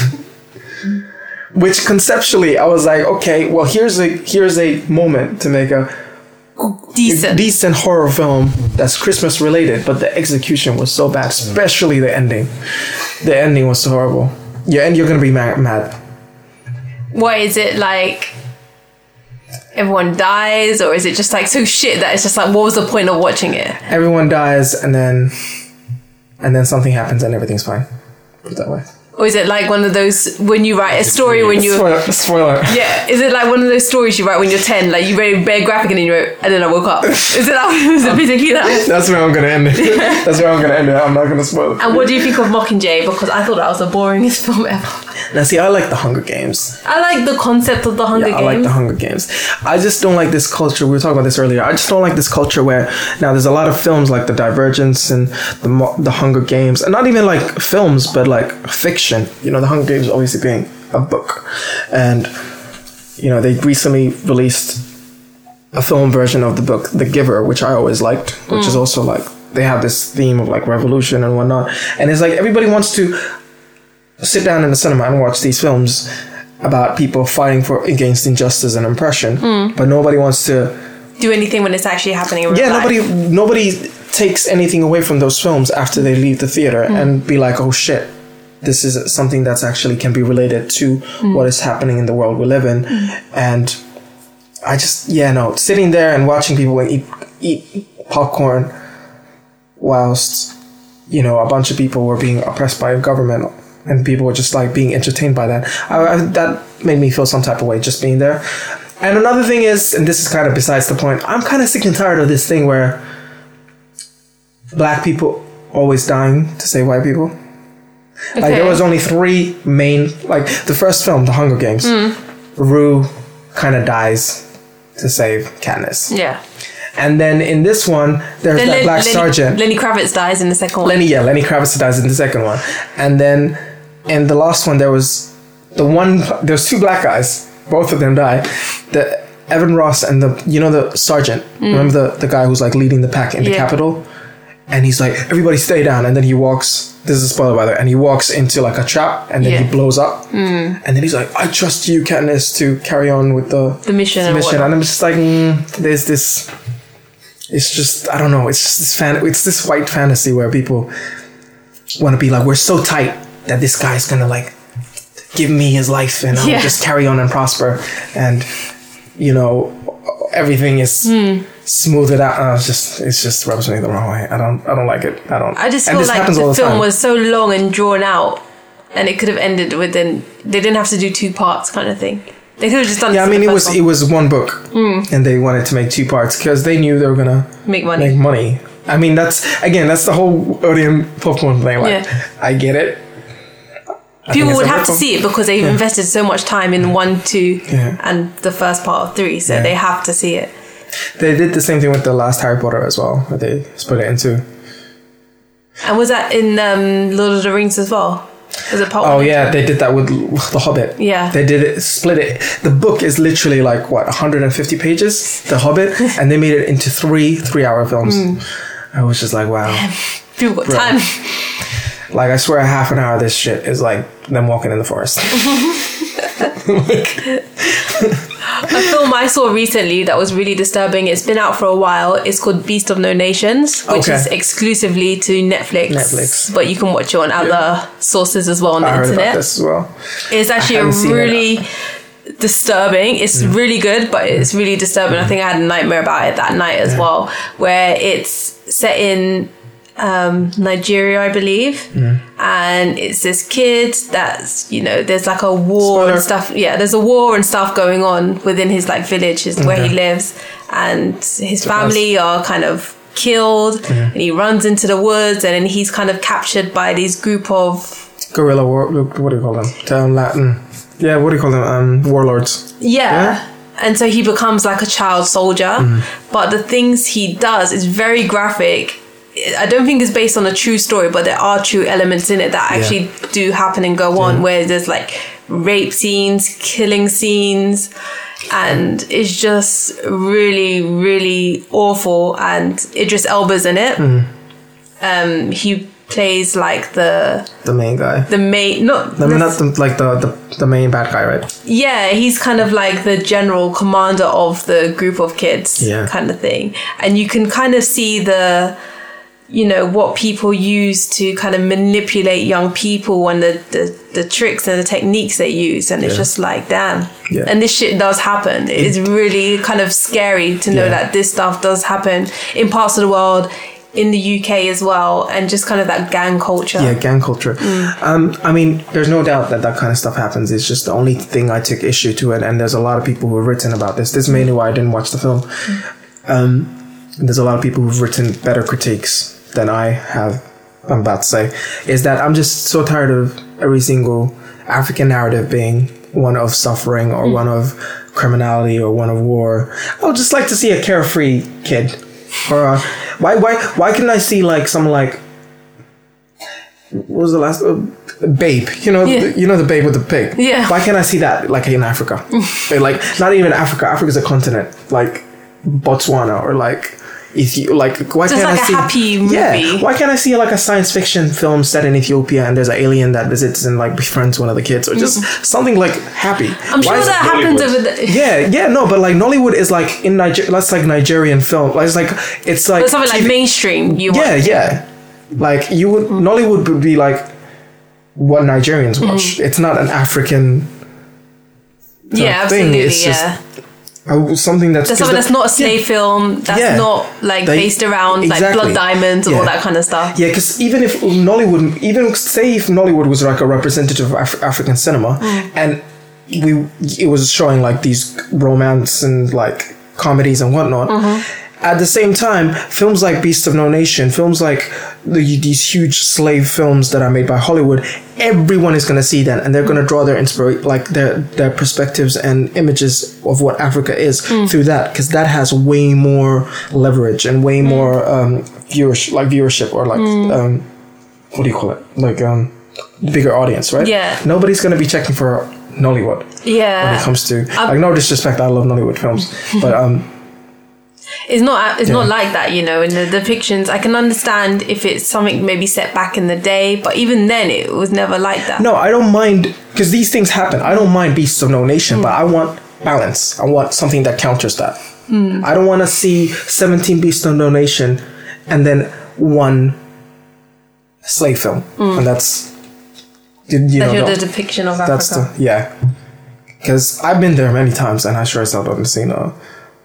Speaker 1: Which conceptually, I was like, okay, well, here's a here's a moment to make a
Speaker 3: Decent.
Speaker 1: decent horror film that's Christmas related, but the execution was so bad, especially the ending. The ending was so horrible. Yeah, and you're gonna be mad. mad.
Speaker 3: what is it like? Everyone dies, or is it just like so shit that it's just like, what was the point of watching it?
Speaker 1: Everyone dies, and then, and then something happens, and everything's fine. Put it that way.
Speaker 3: Or is it like one of those when you write a story when you
Speaker 1: Spoiler. spoiler.
Speaker 3: yeah? Is it like one of those stories you write when you're ten? Like you read a bare graphic and then you wrote, and then I woke up. Is it that? Was it basically that?
Speaker 1: That's where I'm gonna end it. That's where I'm gonna end it. I'm not gonna spoil. it.
Speaker 3: And what do you think of Mockingjay? Because I thought that was the boringest film ever.
Speaker 1: Now, see, I like the Hunger Games.
Speaker 3: I like the concept of the Hunger
Speaker 1: Yeah, I
Speaker 3: Games.
Speaker 1: like the Hunger Games. I just don't like this culture. We were talking about this earlier. I just don't like this culture where now there's a lot of films like The Divergence and the Mo- the Hunger Games, and not even like films, but like fiction. You know, The Hunger Games obviously being a book, and you know they recently released a film version of the book The Giver, which I always liked, which
Speaker 3: Mm.
Speaker 1: is also like they have this theme of like revolution and whatnot, and it's like everybody wants to sit down in the cinema and watch these films about people fighting for against injustice and oppression, but nobody wants to.
Speaker 3: do anything when it's actually happening. In real
Speaker 1: Yeah,
Speaker 3: life.
Speaker 1: nobody nobody takes anything away from those films after they leave the theater and be like, oh shit. This is something that's actually can be related to what is happening in the world we live in, and I just yeah no sitting there and watching people eat eat popcorn whilst you know a bunch of people were being oppressed by a government and people were just like being entertained by that I, I, that made me feel some type of way just being there and another thing is and this is kind of besides the point i'm kind of sick and tired of this thing where black people always dying to save white people like there
Speaker 3: Okay.
Speaker 1: was only three main like the first film the hunger games
Speaker 3: Mm.
Speaker 1: rue kind of dies to save Katniss.
Speaker 3: Yeah.
Speaker 1: And then in this one, there's
Speaker 3: Then
Speaker 1: that
Speaker 3: Len-
Speaker 1: black
Speaker 3: Lenny-
Speaker 1: sergeant.
Speaker 3: Lenny Kravitz dies in the second one.
Speaker 1: Lenny, yeah, Lenny Kravitz dies in the second one. And then in the last one, there was the one, there's two black guys. Both of them die. The Evan Ross and the, you know, the sergeant. Remember the, the guy who's like leading the pack in the
Speaker 3: Mm. Yeah.
Speaker 1: Capitol? And he's like, everybody stay down. And then he walks, this is a spoiler by the way, and he walks into like a trap and then
Speaker 3: Yeah. Mm.
Speaker 1: he blows up. And then he's like, I trust you, Katniss, to carry on with the,
Speaker 3: The mission and
Speaker 1: mission.
Speaker 3: whatnot.
Speaker 1: And I'm just like, mm, there's this. It's just I don't know. It's just this fan. It's this white fantasy where people want to be like, we're so tight that this guy's gonna like give me his life and I'll
Speaker 3: Yeah. Hmm.
Speaker 1: just carry on and prosper, and you know everything is smooth it out. And I was just, it's just rubs me the wrong way. I don't, I don't like it. I don't.
Speaker 3: I just
Speaker 1: and
Speaker 3: feel
Speaker 1: this
Speaker 3: like
Speaker 1: happens all
Speaker 3: the
Speaker 1: the
Speaker 3: film
Speaker 1: time.
Speaker 3: was so long and drawn out, and it could have ended within. They didn't have to do two parts, kind of thing. They could have just done.
Speaker 1: Yeah, I
Speaker 3: this in
Speaker 1: mean,
Speaker 3: the
Speaker 1: it
Speaker 3: first
Speaker 1: was it
Speaker 3: one. Hmm.
Speaker 1: was one book, and they wanted to make two parts because they knew they were gonna
Speaker 3: make money.
Speaker 1: make money. I mean, that's again, that's the whole Odeon popcorn thing. Like,
Speaker 3: Yeah.
Speaker 1: I get it. I think
Speaker 3: People
Speaker 1: it's
Speaker 3: would
Speaker 1: a
Speaker 3: have to
Speaker 1: rip-off.
Speaker 3: see it because they've invested so much time in one, two,
Speaker 1: Yeah.
Speaker 3: and the first part of three, so
Speaker 1: Yeah.
Speaker 3: they have to see it.
Speaker 1: They did the same thing with the last Harry Potter as well. that They split it into.
Speaker 3: And was that in um, Lord of the Rings as well? Was it part
Speaker 1: Oh
Speaker 3: one?
Speaker 1: yeah, they did that with The Hobbit.
Speaker 3: Yeah.
Speaker 1: they did it. Split it. The book is literally like what 150 pages. The Hobbit, and they made it into three three-hour films.
Speaker 3: Mm.
Speaker 1: I was just like, wow.
Speaker 3: People got
Speaker 1: Right.
Speaker 3: time.
Speaker 1: Like I swear, half an hour of this shit is like them walking in the forest.
Speaker 3: A film I saw recently that was really disturbing. It's been out for a while. It's called Beast of No Nations, which
Speaker 1: Okay.
Speaker 3: is exclusively to Netflix.
Speaker 1: Netflix.
Speaker 3: But you can watch it on other sources as well on the
Speaker 1: I heard about
Speaker 3: internet.
Speaker 1: this as well.
Speaker 3: It's actually a
Speaker 1: haven't seen it. Mm.
Speaker 3: really disturbing. It's really good, but it's really disturbing. I think I had a nightmare about it that night as well, where it's set in um, Nigeria, I believe,
Speaker 1: Mm.
Speaker 3: and it's this kid that's you know there's like a war
Speaker 1: Spoiler.
Speaker 3: and stuff. Yeah, there's a war and stuff going on within his like village, is where he lives, and his family are kind of killed
Speaker 1: Mm-hmm.
Speaker 3: and he runs into the woods and then he's kind of captured by these group of
Speaker 1: Guerrilla war. uh, What do you call them? Um, Latin. Yeah, what do you call them? Um, warlords.
Speaker 3: Yeah.
Speaker 1: Yeah? Mm.
Speaker 3: And so he becomes like a child soldier. But the things he does is very graphic. I don't think it's based on a true story, but there are true elements in it that actually do happen and go on, where there's like rape scenes, killing scenes, and it's just really, really awful. And Idris Elba's in it.
Speaker 1: Mm.
Speaker 3: Um, he plays like the
Speaker 1: The main guy.
Speaker 3: the main not
Speaker 1: I mean, not the, like the, the the main bad guy, right?
Speaker 3: yeah, he's kind of like the general commander of the group of kids,
Speaker 1: Yeah.
Speaker 3: kind of thing. And you can kind of see the, you know, what people use to kind of manipulate young people and the, the, the tricks and the techniques they use. And it's
Speaker 1: Yeah.
Speaker 3: just like, damn.
Speaker 1: Yeah.
Speaker 3: And this shit does happen. It is really kind of scary to know
Speaker 1: Yeah.
Speaker 3: that this stuff does happen in parts of the world, in the UK as well, and just kind of that gang culture.
Speaker 1: Yeah, gang culture. Um, I mean, there's no doubt that that kind of stuff happens. It's just the only thing I took issue to, and, and there's a lot of people who have written about this. This is mainly why I didn't watch the film. Um, and there's a lot of people who've written better critiques than I have. I'm about to say is that I'm just so tired of every single African narrative being one of suffering or one of criminality or one of war. I would just like to see a carefree kid. Or a, why why why can I see like some like what was the last uh, babe you know
Speaker 3: Yeah.
Speaker 1: the- you know the babe with the pig
Speaker 3: Yeah.
Speaker 1: why can't i see that like in africa They're like not even africa africa's a continent like botswana or like Ethiopia, like why
Speaker 3: Just
Speaker 1: can't
Speaker 3: like
Speaker 1: I
Speaker 3: a
Speaker 1: see
Speaker 3: happy
Speaker 1: Yeah,
Speaker 3: movie.
Speaker 1: why can't I see like a science fiction film set in Ethiopia and there's an alien that visits and like befriends one of the kids or just something like happy?
Speaker 3: Mm. I'm sure
Speaker 1: Why is-
Speaker 3: that happens over the.
Speaker 1: Yeah, yeah, no, but like Nollywood is like in Niger, that's like Nigerian film. Like, It's like it's like
Speaker 3: But something like
Speaker 1: TV
Speaker 3: mainstream, you want
Speaker 1: yeah, yeah. Like you would Nollywood would be like what Nigerians
Speaker 3: Mm.
Speaker 1: watch. It's not an African
Speaker 3: yeah,
Speaker 1: thing.
Speaker 3: absolutely,
Speaker 1: It's just-
Speaker 3: yeah.
Speaker 1: uh, something that's
Speaker 3: That's
Speaker 1: 'cause
Speaker 3: something
Speaker 1: the-
Speaker 3: that's not a slave film. That's
Speaker 1: Yeah.
Speaker 3: not like
Speaker 1: They-
Speaker 3: based around like
Speaker 1: exactly.
Speaker 3: blood diamonds or all
Speaker 1: Yeah.
Speaker 3: that kind of stuff.
Speaker 1: Yeah, because even if Nollywood, even say if Nollywood was like a representative of Af- African cinema,
Speaker 3: Mm.
Speaker 1: and we it was showing like these romance and like comedies and whatnot.
Speaker 3: Mm-hmm.
Speaker 1: At the same time, films like Beast of No Nation, films like the, these huge slave films that are made by Hollywood, everyone is going to see that, and they're going to draw their inspira- like their their perspectives and images of what Africa is through that, because that has way more leverage and way more um, viewership, like viewership or like um, what do you call it? Like um, bigger audience, right?
Speaker 3: Yeah. Uh,
Speaker 1: Nobody's going to be checking for Nollywood when it
Speaker 3: Yeah,
Speaker 1: comes to like no disrespect i love nollywood films but um
Speaker 3: it's not uh, it's not
Speaker 1: Yeah.
Speaker 3: like that, you know. In the depictions, I can understand if it's something maybe set back in the day, but even then, it was never like that.
Speaker 1: no i don't mind because these things happen i don't mind beasts of no nation but i want balance i want something that counters that
Speaker 3: Hmm.
Speaker 1: i don't want to see 17 beasts of no nation and then one slave film and that's you, you
Speaker 3: That's
Speaker 1: know,
Speaker 3: your
Speaker 1: no.
Speaker 3: Hmm. the depiction of Africa.
Speaker 1: that's the yeah because i've been there many times and i sure as hell don't see no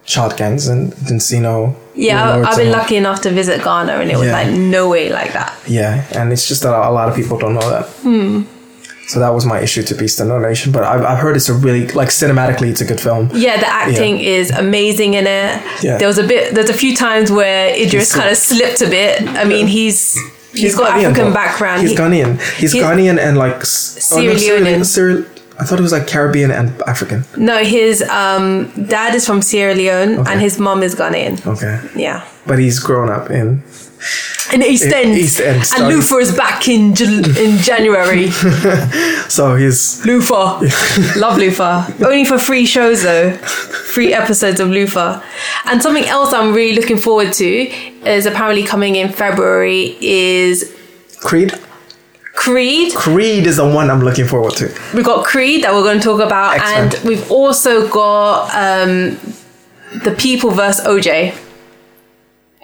Speaker 1: shotguns and Encino.
Speaker 3: Yeah,
Speaker 1: you know,
Speaker 3: I- I've
Speaker 1: it's
Speaker 3: been
Speaker 1: a-
Speaker 3: lucky enough to visit Ghana, and it was
Speaker 1: Yeah.
Speaker 3: like no way like that.
Speaker 1: Yeah, and it's just that a lot of people don't know that.
Speaker 3: Hmm.
Speaker 1: So that was my issue to Beast and No Nation, but I've, I've heard it's a really like cinematically, it's a good film.
Speaker 3: Yeah, the acting is amazing in it.
Speaker 1: Yeah.
Speaker 3: There was a bit. There's a few times where Idris
Speaker 1: He's so-
Speaker 3: kind of slipped a bit. I mean, he's he's got
Speaker 1: Ghanaian,
Speaker 3: African
Speaker 1: though.
Speaker 3: background.
Speaker 1: He's
Speaker 3: He-
Speaker 1: Ghanaian. He's
Speaker 3: he-
Speaker 1: Ghanaian and like s- oh, no,
Speaker 3: Sierra Leonean.
Speaker 1: Sierra, I thought it was like Caribbean and African.
Speaker 3: No, his um, dad is from Sierra
Speaker 1: Okay.
Speaker 3: Leone,
Speaker 1: Oh.
Speaker 3: and his mom is Ghanaian.
Speaker 1: Okay,
Speaker 3: Yeah.
Speaker 1: but he's grown up in
Speaker 3: In East
Speaker 1: In
Speaker 3: End.
Speaker 1: East End,
Speaker 3: And
Speaker 1: sorry.
Speaker 3: Lufa is back in Jul- in January.
Speaker 1: so he's
Speaker 3: Lufa. Love Lufa. Only for free shows though. Free episodes of Lufa. And something else I'm really looking forward to is apparently coming in February is
Speaker 1: Creed.
Speaker 3: Creed.
Speaker 1: Creed is the one I'm looking forward to.
Speaker 3: We've got Creed that we're going to talk about,
Speaker 1: Excellent.
Speaker 3: and we've also got um, the People versus OJ.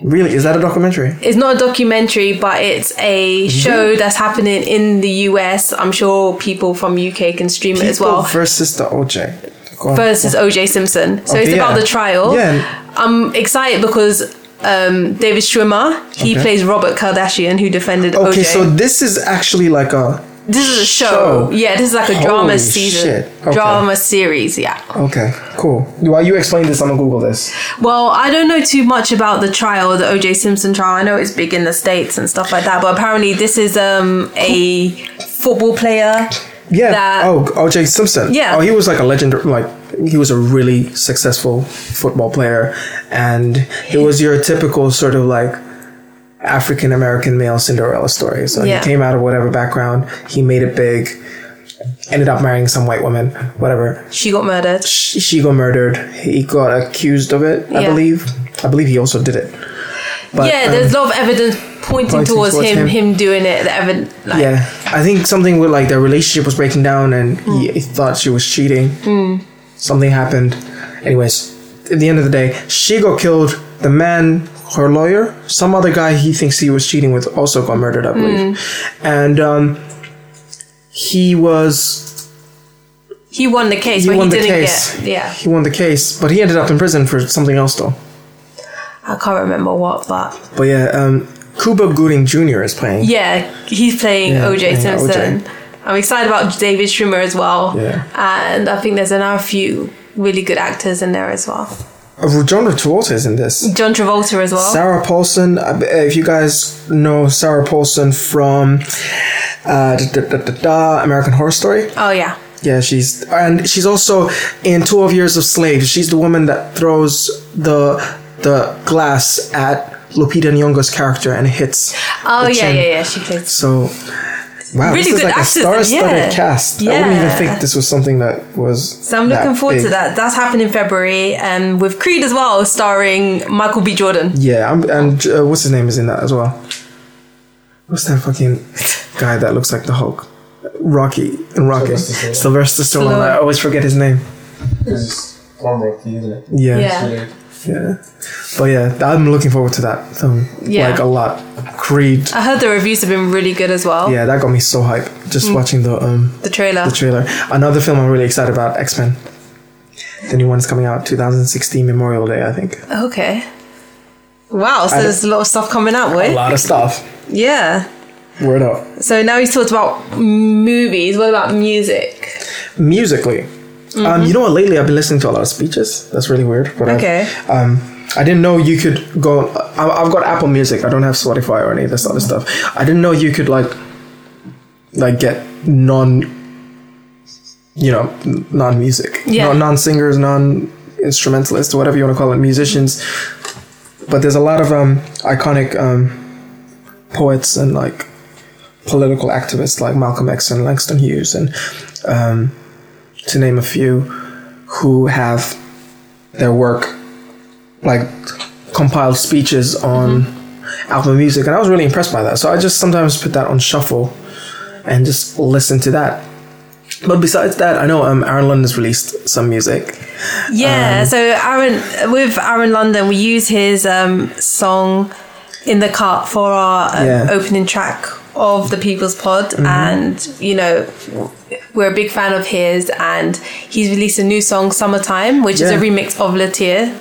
Speaker 1: Really, is that a documentary?
Speaker 3: It's not a documentary, but it's a show that's happening in the US. I'm sure people from UK can stream it as
Speaker 1: People
Speaker 3: well.
Speaker 1: versus the OJ. Go on.
Speaker 3: Versus OJ Simpson. So
Speaker 1: Okay,
Speaker 3: it's about
Speaker 1: yeah.
Speaker 3: the trial.
Speaker 1: Yeah.
Speaker 3: I'm excited because um, David Schwimmer, he
Speaker 1: Okay.
Speaker 3: plays Robert Kardashian, who defended
Speaker 1: Okay,
Speaker 3: OJ.
Speaker 1: so this is actually like a
Speaker 3: this is a show.
Speaker 1: show.
Speaker 3: Yeah, this is like a drama
Speaker 1: Holy
Speaker 3: season.
Speaker 1: shit. Okay.
Speaker 3: Drama series, yeah.
Speaker 1: okay, cool. While you explain this, I'm gonna Google this.
Speaker 3: Well, I don't know too much about the trial, the OJ Simpson trial. I know it's big in the states and stuff like that, but apparently this is um a football player.
Speaker 1: Yeah.
Speaker 3: That-
Speaker 1: oh, OJ Simpson.
Speaker 3: Yeah.
Speaker 1: Oh, he was like a legend. Like he was a really successful football player, and it was your typical sort of like African American male Cinderella story. So
Speaker 3: Yeah.
Speaker 1: he came out of whatever background, he made it big, ended up marrying some white woman, whatever.
Speaker 3: She got murdered.
Speaker 1: She she got murdered. He got accused of it, I
Speaker 3: Yeah.
Speaker 1: believe. I believe he also did it. But,
Speaker 3: yeah,
Speaker 1: um,
Speaker 3: there's a lot of evidence pointing,
Speaker 1: pointing
Speaker 3: towards,
Speaker 1: towards
Speaker 3: him,
Speaker 1: him.
Speaker 3: him, doing it. The evidence, like,
Speaker 1: yeah, I think something with like their relationship was breaking down, and he,
Speaker 3: Mm.
Speaker 1: he thought she was cheating. Something happened. Anyways, at the end of the day, she got killed. The man, her lawyer, some other guy he thinks he was cheating with, also got murdered, I
Speaker 3: Mm.
Speaker 1: believe. And um, he was
Speaker 3: he won the case,
Speaker 1: he
Speaker 3: but
Speaker 1: won
Speaker 3: he
Speaker 1: the
Speaker 3: didn't
Speaker 1: case.
Speaker 3: get. Yeah,
Speaker 1: he won the case, but he ended up in prison for something else though.
Speaker 3: I can't remember what, but
Speaker 1: But yeah, um, Cuba Gooding Jr. is playing.
Speaker 3: yeah, he's playing
Speaker 1: Yeah,
Speaker 3: OJ
Speaker 1: playing
Speaker 3: Simpson.
Speaker 1: OJ.
Speaker 3: I'm excited about David Schwimmer as well,
Speaker 1: Yeah.
Speaker 3: and I think there's another few really good actors in there as well.
Speaker 1: Uh, John Travolta is in this.
Speaker 3: John Travolta as well.
Speaker 1: Sarah Paulson. uh, If you guys know Sarah Paulson from uh, da, da, da, da, da, American Horror Story,
Speaker 3: oh yeah.
Speaker 1: yeah, she's and she's also in Twelve Years of Slave. She's the woman that throws the the glass at Lupita Nyong'o's character and hits.
Speaker 3: Oh
Speaker 1: the
Speaker 3: yeah,
Speaker 1: chin.
Speaker 3: yeah, yeah. She plays.
Speaker 1: So. Wow,
Speaker 3: Really
Speaker 1: this is
Speaker 3: good
Speaker 1: like
Speaker 3: actors,
Speaker 1: a star-studded
Speaker 3: yeah.
Speaker 1: cast. I wouldn't even
Speaker 3: Yeah.
Speaker 1: think this was something that was.
Speaker 3: So I'm
Speaker 1: that
Speaker 3: looking forward to
Speaker 1: big.
Speaker 3: that. That's happening in February, and with Creed as well, starring Michael B. Jordan.
Speaker 1: Yeah, I'm, and uh, what's his name is in that as well. What's that fucking guy that looks like the Hulk? Rocky and Rocky.
Speaker 2: Sylvester Stallone.
Speaker 1: Sylvester Stallone. I
Speaker 3: Stallone.
Speaker 1: always forget his name.
Speaker 2: It's from Rocky, isn't it?
Speaker 1: Yeah,
Speaker 3: Yeah.
Speaker 1: yeah. But yeah, I'm looking forward to that. Um,
Speaker 3: Yeah.
Speaker 1: Like a lot. Creed.
Speaker 3: I heard the reviews have been really good as well.
Speaker 1: Yeah, that got me so hype just
Speaker 3: Mm.
Speaker 1: watching the um
Speaker 3: The trailer.
Speaker 1: the trailer. Another film I'm really excited about, X Men. The new one's coming out 2016 Memorial Day, I think.
Speaker 3: okay. Wow. So
Speaker 1: I-
Speaker 3: there's a lot of stuff coming out
Speaker 1: A
Speaker 3: with.
Speaker 1: lot of stuff.
Speaker 3: Yeah.
Speaker 1: Word up.
Speaker 3: So now he's talked about movies. What about music?
Speaker 1: musically um, you know what lately i've been listening to a lot of speeches that's really weird but I've-
Speaker 3: Okay.
Speaker 1: um, i didn't know you could go I- i've got apple music i don't have spotify or any of this other stuff i didn't know you could like like get non you know n- non music
Speaker 3: Yeah.
Speaker 1: non singers non instrumentalists whatever you want to call it musicians but there's a lot of um iconic um poets and like political activists like Malcolm X and Langston Hughes and um, to name a few who have their work like compiled speeches on album music and I was really impressed by that so I just sometimes put that on shuffle and just listen to that but besides that I know um, Aaron Lund has released some music
Speaker 3: Yeah. Um, so Aaron, with Aaron London, we use his um, song "In the Cart" for our um,
Speaker 1: Yeah. Mm-hmm.
Speaker 3: opening track of the People's Pod, and you know, we're a big fan of his. And he's released a new song, "Summertime," which is
Speaker 1: Yeah.
Speaker 3: a remix of Latier,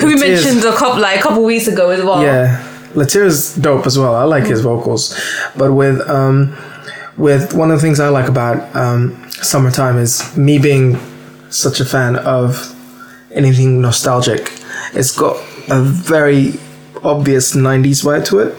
Speaker 3: who we
Speaker 1: Latier is-
Speaker 3: mentioned a couple like a couple weeks ago as well.
Speaker 1: Yeah, Latier's dope as well. I like his vocals, but with um, with one of the things I like about um, summertime is me being such a fan of anything nostalgic. It's got a very obvious '90s vibe to it.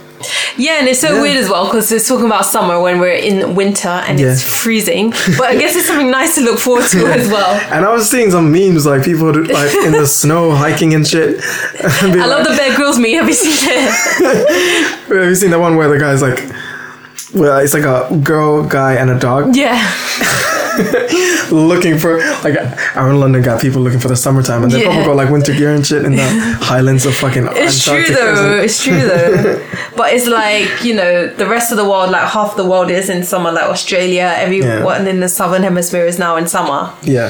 Speaker 3: Yeah, and it's so
Speaker 1: Yeah.
Speaker 3: weird as well because it's talking about summer when we're in winter and it's
Speaker 1: Yeah.
Speaker 3: freezing. But I guess it's something nice to look forward to as well.
Speaker 1: And I was seeing some memes like people do- like in the snow hiking and shit.
Speaker 3: I love the Bear Grylls me. Have you seen it?
Speaker 1: Have you seen that one where the guy's like, well, it's like a girl, guy, and a dog
Speaker 3: Yeah.
Speaker 1: looking for like our London got people looking for the summertime, and they
Speaker 3: Yeah.
Speaker 1: probably got like winter gear and shit in the highlands of fucking.
Speaker 3: It's true
Speaker 1: Antarctica or
Speaker 3: though.
Speaker 1: something.
Speaker 3: It's true though. but it's like you know the rest of the world, like half the world is in summer, like Australia. Everyone in the southern hemisphere is now in summer.
Speaker 1: Yeah,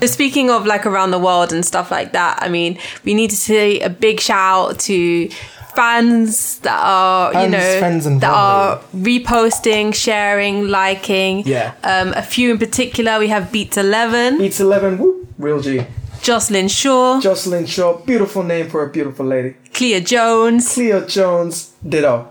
Speaker 3: So Speaking of like around the world and stuff like that, I mean, we need to say a big shout out to fans that are you
Speaker 1: Fans,
Speaker 3: know
Speaker 1: friends and
Speaker 3: that
Speaker 1: family.
Speaker 3: are reposting, sharing, liking.
Speaker 1: Yeah.
Speaker 3: Um, a few in particular, we have Beats Eleven,
Speaker 1: beats eleven. Whoop, real G.
Speaker 3: Jocelyn Shaw,
Speaker 1: Jocelyn Shaw, beautiful name for a beautiful lady.
Speaker 3: Clea Jones,
Speaker 1: Cleo Jones, ditto.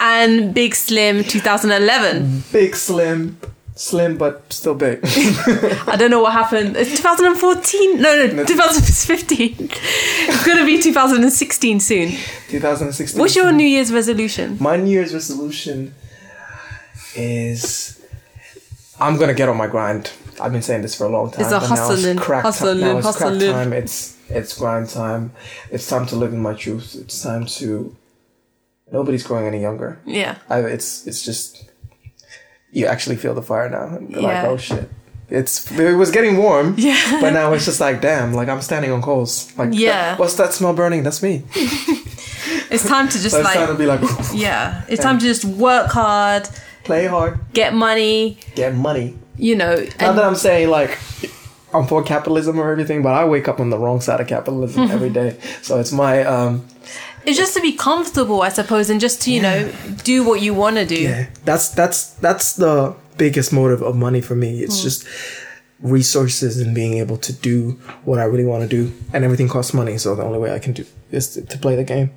Speaker 3: and Big Slim 2011.
Speaker 1: Big slim, slim but still big.
Speaker 3: I don't know what happened. It's 2014. No, no, 2015. It's gonna be 2016 soon.
Speaker 1: 2016.
Speaker 3: What's your New Year's resolution?
Speaker 1: My New Year's resolution is I'm gonna get on my grind. I've been saying this for a long time.
Speaker 3: It's a
Speaker 1: but now
Speaker 3: hustling,
Speaker 1: crack
Speaker 3: hustling,
Speaker 1: Now it's crack
Speaker 3: hustling.
Speaker 1: time. It's it's grind time. It's time to live in my truth. It's time to. Nobody's growing any younger.
Speaker 3: Yeah.
Speaker 1: I, it's it's just you actually feel the fire now. You're Like
Speaker 3: Yeah.
Speaker 1: oh shit. It's it was getting warm,
Speaker 3: Yeah.
Speaker 1: but now it's just like damn, like I'm standing on coals. Like
Speaker 3: Yeah.
Speaker 1: what's that smell burning? That's me.
Speaker 3: It's time to just
Speaker 1: So it's time to
Speaker 3: like,
Speaker 1: be like
Speaker 3: yeah, it's time to just work hard,
Speaker 1: play hard,
Speaker 3: get money,
Speaker 1: get money.
Speaker 3: you know.
Speaker 1: Not that
Speaker 3: And
Speaker 1: I'm saying like I'm for capitalism or everything, but I wake up on the wrong side of capitalism every day. So it's my um
Speaker 3: it's just to be comfortable, I suppose, and just to, you know, do what you want to do.
Speaker 1: yeah. That's that's that's the biggest motive of money for me.
Speaker 3: Mm.
Speaker 1: It's just resources and being able to do what I really want to do, and everything costs money. So the only way I can do is to, to play the game.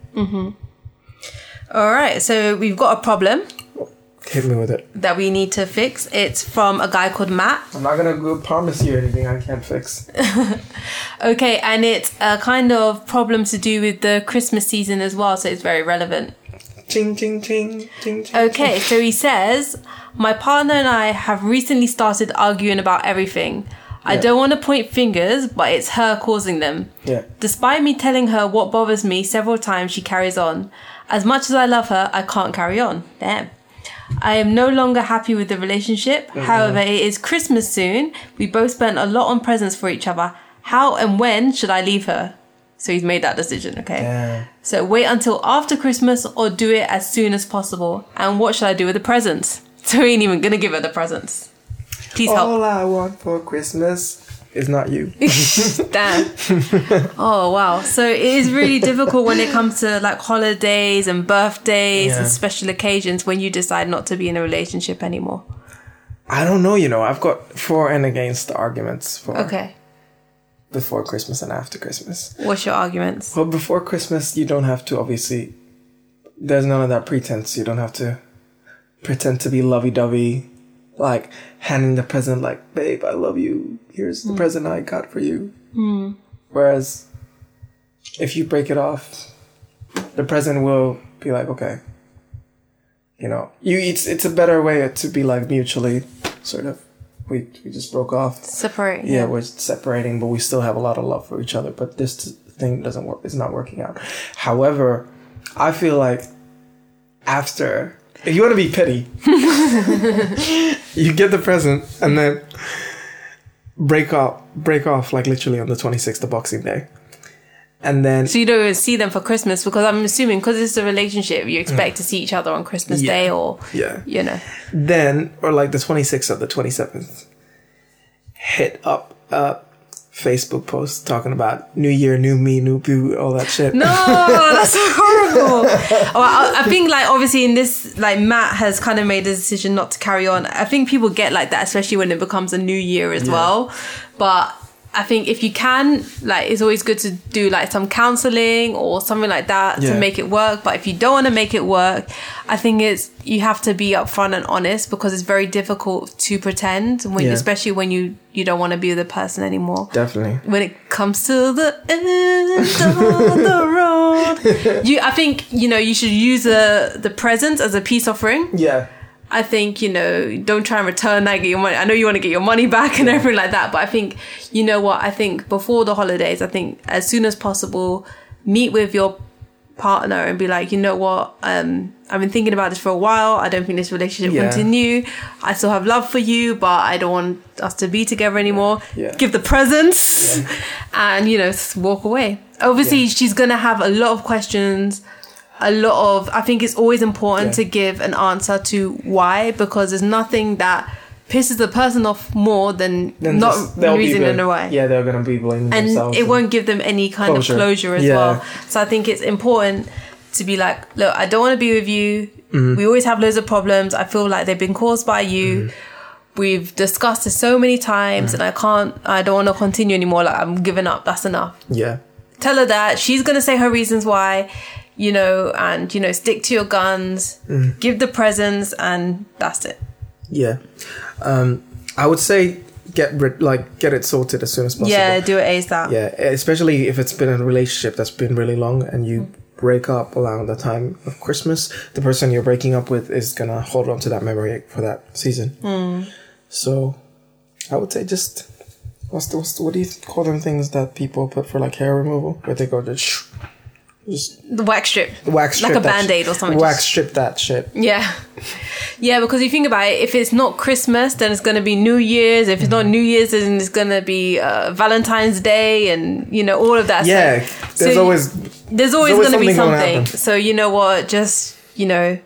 Speaker 3: All right, so we've got a problem
Speaker 1: Hit me with it.
Speaker 3: that we need to fix. It's from a guy called Matt.
Speaker 1: I'm not gonna go promise you anything I can't fix.
Speaker 3: Okay, and it's a kind of problem to do with the Christmas season as well, so it's very relevant.
Speaker 1: Ching ching ching ching. ching
Speaker 3: Okay, so he says, My partner and I have recently started arguing about everything. I
Speaker 1: Yeah.
Speaker 3: don't want to point fingers, but it's her causing them.
Speaker 1: Yeah.
Speaker 3: Despite me telling her what bothers me several times, she carries on. As much as I love her, I can't carry on. Damn. I am no longer happy with the relationship. However, it is Christmas soon. We both spent a lot on presents for each other. How and when should I leave her? So he's made that decision, okay?
Speaker 1: Yeah.
Speaker 3: So wait until after Christmas or do it as soon as possible. And what should I do with the presents? So he ain't even gonna give her the presents. Please help.
Speaker 1: All I want for Christmas is not you.
Speaker 3: Damn. oh wow. So it is really difficult when it comes to like holidays and birthdays and
Speaker 1: Yeah.
Speaker 3: special occasions when you decide not to be in a relationship anymore.
Speaker 1: I don't know. You know, I've got for and against arguments for
Speaker 3: Okay.
Speaker 1: before Christmas and after Christmas.
Speaker 3: What's your arguments?
Speaker 1: Well, before Christmas, you don't have to obviously. There's none of that pretense. You don't have to pretend to be lovey-dovey, like handing the present, like "Babe, I love you. Here's the present I got for you." Whereas, if you break it off, the present will be like, "Okay." You know, you it's it's a better way to be like mutually, sort of. We we just broke off
Speaker 3: Separate.
Speaker 1: yeah, we're separating, but we still have a lot of love for each other. But this t- thing doesn't work; it's not working out. However, I feel like after, if you want to be petty, you get the present and then break off, break off like literally on the twenty sixth of Boxing Day, and then
Speaker 3: So you don't even see them for Christmas because I'm assuming because it's a relationship, you expect to see each other on Christmas
Speaker 1: Mm. Yeah.
Speaker 3: Day or
Speaker 1: yeah,
Speaker 3: you know.
Speaker 1: then or like the 26th or the 27th hit up uh, a facebook post talking about new year new me new boo all that shit
Speaker 3: No, that's horrible. terrible. well, I, I think like obviously in this like Matt has kind of made a decision not to carry on. I think people get like that, especially when it becomes a new year as well. But I think if you can, like, it's always good to do like some counseling or something like that
Speaker 1: Yeah.
Speaker 3: to make it work. But if you don't want to make it work, I think it's you have to be upfront and honest because it's very difficult to pretend when,
Speaker 1: Yeah.
Speaker 3: especially when you you don't want to be the person anymore
Speaker 1: Definitely.
Speaker 3: when it comes to the end of the road, you, I think you know you should use uh, the the present as a peace offering.
Speaker 1: Yeah.
Speaker 3: I think you know don't try and return that. Get your money. I know you want to get your money back and everything like that, but I think you know what I think before the holidays. I think as soon as possible, meet with your partner and be like, you know what, um, I've been thinking about this for a while. I don't think this relationship
Speaker 1: Yeah.
Speaker 3: will continue. I still have love for you, but I don't want us to be together anymore.
Speaker 1: Yeah.
Speaker 3: Give the presents and, you know, s- walk away. Obviously, she's going to have a lot of questions. A lot of, I think it's always important
Speaker 1: Yeah.
Speaker 3: to give an answer to why because there's nothing that pisses the person off more than,
Speaker 1: Then
Speaker 3: not
Speaker 1: just- they'll be
Speaker 3: reasoning
Speaker 1: blaming-
Speaker 3: why
Speaker 1: Yeah, they're gonna be blaming
Speaker 3: and
Speaker 1: themselves.
Speaker 3: it won't give them any kind
Speaker 1: Closure.
Speaker 3: of closure as
Speaker 1: Yeah.
Speaker 3: well. So I think it's important to be like, look, I don't want to be with you.
Speaker 1: Mm-hmm.
Speaker 3: We always have loads of problems. I feel like they've been caused by you. We've discussed this so many times,
Speaker 1: Mm-hmm.
Speaker 3: and I can't. I don't want to continue anymore. Like I'm giving up. That's enough
Speaker 1: Yeah.
Speaker 3: tell her that she's going to say her reasons why you know and you know stick to your guns
Speaker 1: Mm.
Speaker 3: give the presents and that's it
Speaker 1: Yeah. Um, I would say get rid, like get it sorted as soon as possible.
Speaker 3: yeah do it asap
Speaker 1: Yeah, especially if it's been a relationship that's been really long and you break up around the time of Christmas, the person you're breaking up with is gonna hold on to that memory for that season.
Speaker 3: Hmm.
Speaker 1: So, I would say just what's the, what's the, what do you call them things that people put for like hair removal where they go just shh, just
Speaker 3: the wax strip
Speaker 1: wax
Speaker 3: Like
Speaker 1: strip
Speaker 3: a
Speaker 1: that
Speaker 3: Band-Aid
Speaker 1: shit.
Speaker 3: or something,
Speaker 1: wax
Speaker 3: just-
Speaker 1: strip that shit.
Speaker 3: Yeah. Yeah, because you think about it, if it's not Christmas, then it's going to be New Year's. If it's not New Year's, then it's going to be uh, Valentine's Day and, you know, all of that. So-
Speaker 1: Yeah,
Speaker 3: so
Speaker 1: there's
Speaker 3: you-
Speaker 1: always
Speaker 3: there's always,
Speaker 1: always
Speaker 3: going to be
Speaker 1: something gonna
Speaker 3: something.
Speaker 1: happen.
Speaker 3: So, you know what? Just, you know,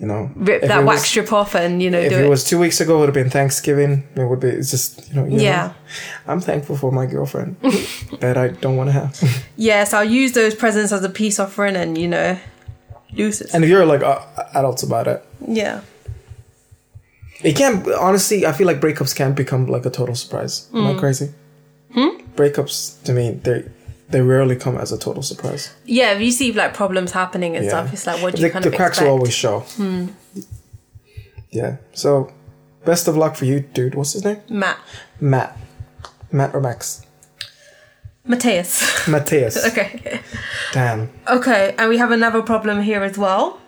Speaker 1: you know
Speaker 3: rip
Speaker 1: if
Speaker 3: that
Speaker 1: it
Speaker 3: wax
Speaker 1: was-
Speaker 3: strip off and, you know,
Speaker 1: If
Speaker 3: do
Speaker 1: it,
Speaker 3: it.
Speaker 1: was two weeks ago, it would have been Thanksgiving. It would be it's just you know. you
Speaker 3: Yeah.
Speaker 1: know. I'm thankful for my girlfriend that I don't want to have.
Speaker 3: yeah, so I'll use those presents as a peace offering and, you know, deuces.
Speaker 1: And if you're like uh, adults about it,
Speaker 3: yeah.
Speaker 1: it can honestly. I feel like breakups can become like a total surprise.
Speaker 3: Mm.
Speaker 1: Am I crazy? Hmm? Breakups to me, they they rarely come as a total surprise.
Speaker 3: Yeah, if you see, like, problems happening and stuff, it's like, what do you
Speaker 1: the,
Speaker 3: kind
Speaker 1: the
Speaker 3: of
Speaker 1: cracks
Speaker 3: expect? Hmm.
Speaker 1: will always show. Yeah. So, best of luck for you, dude. What's his name?
Speaker 3: Matt.
Speaker 1: Matt. Matt or Max?
Speaker 3: Matthias.
Speaker 1: Matthias.
Speaker 3: okay.
Speaker 1: Damn.
Speaker 3: Okay, and we have another problem here as well.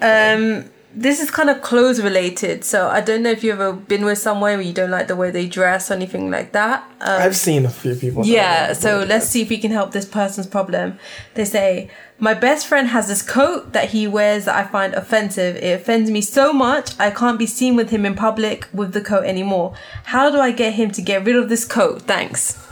Speaker 3: Um, this is kind of clothes related, so I don't know if you've ever been with someone where you don't like the way they dress or anything like that. Um,
Speaker 1: I've seen a few people. that
Speaker 3: yeah,
Speaker 1: are-
Speaker 3: so let's see if we can help this person's problem. They say, My best friend has this coat that he wears that I find offensive. It offends me so much, I can't be seen with him in public with the coat anymore. How do I get him to get rid of this coat? Thanks.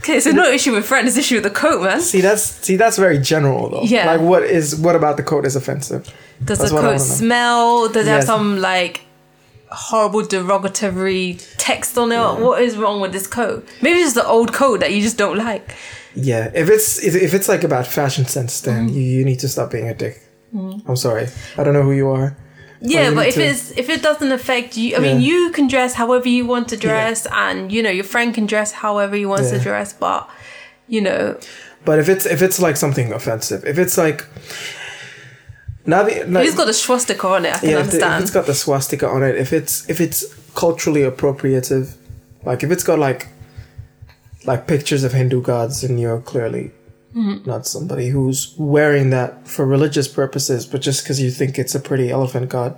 Speaker 3: Okay, so no issue with friend, it's issue with the coat, man.
Speaker 1: See that's see that's very general though.
Speaker 3: Yeah.
Speaker 1: Like what is what about the coat is offensive?
Speaker 3: Does
Speaker 1: That's
Speaker 3: the
Speaker 1: what I
Speaker 3: coat
Speaker 1: wanna know.
Speaker 3: smell? Does it have
Speaker 1: Yes.
Speaker 3: some like horrible derogatory text on it? What is wrong with this coat? Maybe it's the old coat that you just don't like.
Speaker 1: Yeah. If it's if, if it's like about fashion sense, then you, you need to stop being a dick.
Speaker 3: Mm.
Speaker 1: I'm sorry. I don't know who you are.
Speaker 3: Yeah,
Speaker 1: you
Speaker 3: but
Speaker 1: need
Speaker 3: if
Speaker 1: to-
Speaker 3: it's if it doesn't affect you, I mean,
Speaker 1: Yeah.
Speaker 3: you can dress however you want to dress, and you know your friend can dress however he wants to
Speaker 1: Yeah.
Speaker 3: dress, but. You know,
Speaker 1: But if it's if it's like something offensive, if it's like now the,
Speaker 3: if
Speaker 1: like,
Speaker 3: he's got a swastika on it. I can
Speaker 1: yeah, if, the- if
Speaker 3: understand.
Speaker 1: it's got the swastika on it, if it's if it's culturally appropriative, like if it's got like like pictures of Hindu gods, and you're clearly not somebody who's wearing that for religious purposes, but just because you think it's a pretty elephant god,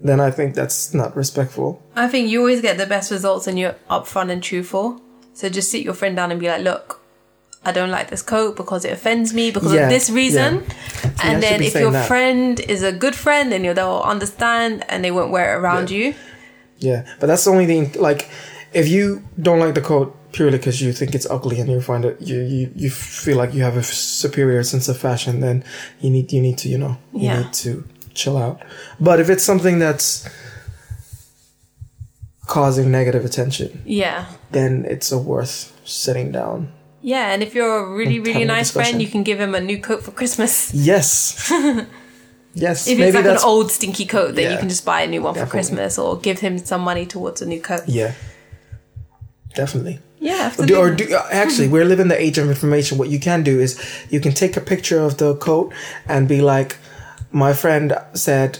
Speaker 1: then I think that's not respectful.
Speaker 3: I think you always get the best results when you're upfront and truthful. So just sit your friend down and be like, look, I don't like this coat because it offends me because
Speaker 1: Yeah,
Speaker 3: of this
Speaker 1: I
Speaker 3: reason.
Speaker 1: should
Speaker 3: And then
Speaker 1: be
Speaker 3: if
Speaker 1: saying
Speaker 3: your
Speaker 1: that.
Speaker 3: friend is a good friend, then you'll- they'll understand and they won't wear it around
Speaker 1: Yeah.
Speaker 3: you.
Speaker 1: Yeah, but that's the only thing. Like, if you don't like the coat purely because you think it's ugly and you find it, you, you you feel like you have a f- superior sense of fashion, then you need you need to you know you
Speaker 3: Yeah.
Speaker 1: need to chill out. But if it's something that's causing negative attention,
Speaker 3: Yeah.
Speaker 1: then it's a worth sitting down
Speaker 3: Yeah, and if you're a really,
Speaker 1: Mm,
Speaker 3: really
Speaker 1: having a
Speaker 3: nice friend,
Speaker 1: discussion.
Speaker 3: you can give him a new coat for Christmas.
Speaker 1: Yes. yes.
Speaker 3: If
Speaker 1: maybe
Speaker 3: it's like an
Speaker 1: that's.
Speaker 3: old stinky coat, then
Speaker 1: Yeah.
Speaker 3: you can just buy a new one for
Speaker 1: Definitely.
Speaker 3: Christmas or give him some money towards a new coat.
Speaker 1: yeah. Definitely.
Speaker 3: Yeah,
Speaker 1: Do, or
Speaker 3: absolutely.
Speaker 1: do, uh, actually, we're living the age of information. What you can do is you can take a picture of the coat and be like, "My friend said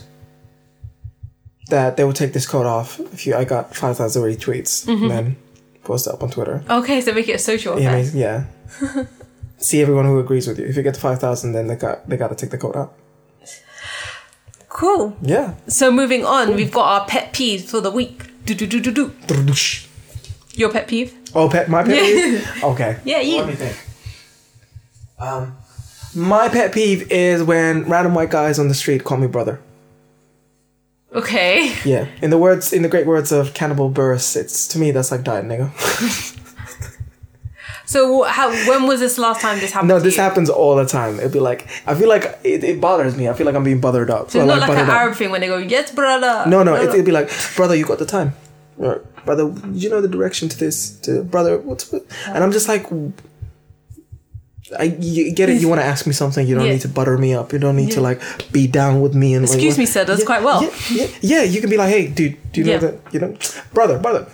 Speaker 1: that they will take this coat off if you." I got five thousand retweets, and then post it up on Twitter.
Speaker 3: Mm-hmm. Okay, so make it a social
Speaker 1: Yeah, I
Speaker 3: affair.
Speaker 1: mean, yeah. See everyone who agrees with you. If you get to five thousand, then they got they got to take the coat out.
Speaker 3: Cool.
Speaker 1: Yeah.
Speaker 3: So moving on, we've got our pet peeves for the week. Do do do do do. Your pet peeve?
Speaker 1: Oh, pet, my pet peeve. Okay.
Speaker 3: Yeah, you.
Speaker 1: Let me think. Um, my pet peeve is when random white guys on the street call me brother.
Speaker 3: Okay.
Speaker 1: Yeah. In the words, in the great words of Cannibal Burris, it's to me that's like dying nigga.
Speaker 3: So how? When was this last time this happened?
Speaker 1: no,
Speaker 3: to
Speaker 1: this
Speaker 3: you?
Speaker 1: happens all the time. It'd be like I feel like it, it bothers me. I feel like I'm being bothered up.
Speaker 3: So
Speaker 1: Or,
Speaker 3: it's not like,
Speaker 1: buttered
Speaker 3: an
Speaker 1: up.
Speaker 3: Arab thing when they go, yes, brother.
Speaker 1: No, no, it, it'd be like brother, you got the time. Or, brother, do you know the direction to this? To brother, what's what? And I'm just like. I you get it. You want to ask me something. You don't
Speaker 3: Yeah.
Speaker 1: need to butter me up. You don't need to
Speaker 3: Yeah.
Speaker 1: like be down with me. And like,
Speaker 3: Excuse
Speaker 1: what-
Speaker 3: me, sir, does
Speaker 1: Yeah,
Speaker 3: quite well.
Speaker 1: Yeah, yeah, yeah, you can be like, hey, dude, do you know
Speaker 3: Yeah.
Speaker 1: that? You know, brother, brother,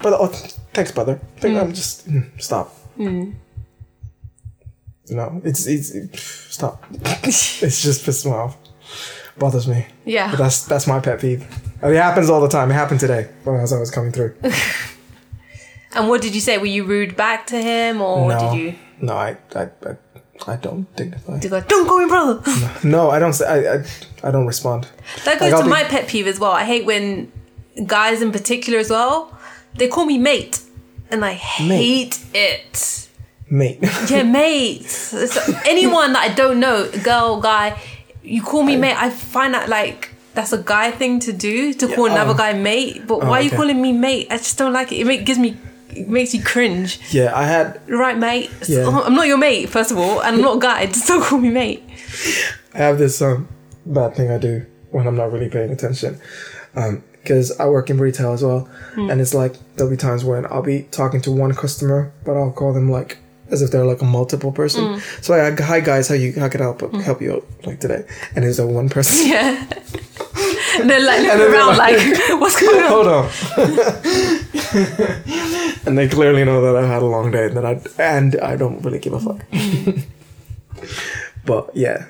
Speaker 1: brother. Oh, th- thanks, brother. I think I'm just mm, stop.
Speaker 3: Mm.
Speaker 1: You know, it's it's it- stop. it's just pisses me off. Bothers me.
Speaker 3: Yeah.
Speaker 1: But that's that's my pet peeve. And It happens all the time. It happened today when I was, I was coming through.
Speaker 3: And what did you say? Were you rude back to him, or
Speaker 1: no,
Speaker 3: did you?
Speaker 1: no, I, I, I, I don't dignify.
Speaker 3: Did you go, don't go in, brother.
Speaker 1: No, I don't. say- I, I, I don't respond.
Speaker 3: That
Speaker 1: Like,
Speaker 3: goes
Speaker 1: I'll
Speaker 3: to
Speaker 1: be-
Speaker 3: my pet peeve as well. I hate when guys, in particular, as well, they call me mate, and I
Speaker 1: Mate.
Speaker 3: hate it.
Speaker 1: Mate,
Speaker 3: Yeah, mate. So anyone that I don't know, girl, guy, you call me mate. I find that like that's a guy thing to do to call
Speaker 1: Yeah,
Speaker 3: another
Speaker 1: oh.
Speaker 3: guy mate. But why are you
Speaker 1: okay.
Speaker 3: calling me mate? I just don't like it. It make, gives me. It makes you cringe,
Speaker 1: yeah, I had
Speaker 3: right, mate?
Speaker 1: Yeah.
Speaker 3: So- I'm not your mate, first of all, and I'm not a guy. Just don't call me mate.
Speaker 1: I have this um bad thing I do when I'm not really paying attention. Um, because I work in retail as well, and it's like there'll be times when I'll be talking to one customer, but I'll call them like as if they're like a multiple person. So I like, hi guys, how you how can I help help you out like today? And it's a one person.
Speaker 3: Yeah. and then like look
Speaker 1: then they're
Speaker 3: around, like,
Speaker 1: like-
Speaker 3: what's going on?
Speaker 1: Hold on. and they clearly know that I've had a long day and that I and I don't really give a fuck. but yeah.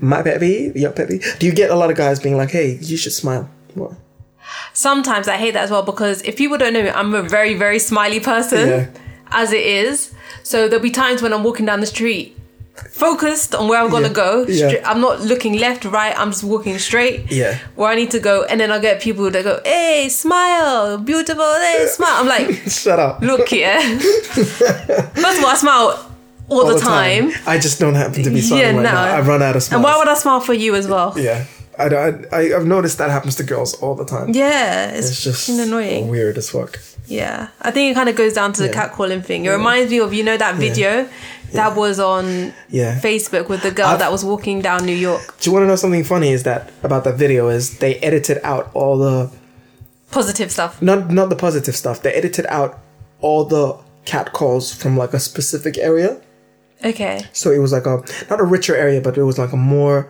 Speaker 1: My pet peeve, your pet peeve. Do you get a lot of guys being like, hey, you should smile more?
Speaker 3: Sometimes I hate that as well because if people don't know me, I'm a very, very smiley person
Speaker 1: Yeah.
Speaker 3: as it is. So there'll be times when I'm walking down the street focused on where I'm gonna
Speaker 1: Yeah.
Speaker 3: go.
Speaker 1: Yeah.
Speaker 3: Stra- I'm not looking left, right, I'm just walking straight
Speaker 1: Yeah.
Speaker 3: where I need to go. And then I'll get people that go, hey, smile, beautiful, hey, smile. I'm like,
Speaker 1: Shut up.
Speaker 3: look here. First of all, I smile all, the, time.
Speaker 1: I just don't happen to be smiling right now. I've run out of smiles.
Speaker 3: And why would I smile for you as well?
Speaker 1: yeah. I, don't- I, I've noticed that happens to girls all the time.
Speaker 3: Yeah, it's,
Speaker 1: It's just
Speaker 3: fucking annoying.
Speaker 1: weird as fuck.
Speaker 3: Yeah, I think it kind of goes down to the
Speaker 1: Yeah.
Speaker 3: catcalling thing. It reminds me of you know that video that was on
Speaker 1: Yeah.
Speaker 3: Facebook with the girl
Speaker 1: I've-
Speaker 3: that was walking down New York.
Speaker 1: Do you want to know something funny is that about that video is they edited out all the
Speaker 3: Positive stuff.
Speaker 1: not not the positive stuff. They edited out all the cat calls from like a specific area.
Speaker 3: Okay,
Speaker 1: So it was like a not a richer area, but it was like a more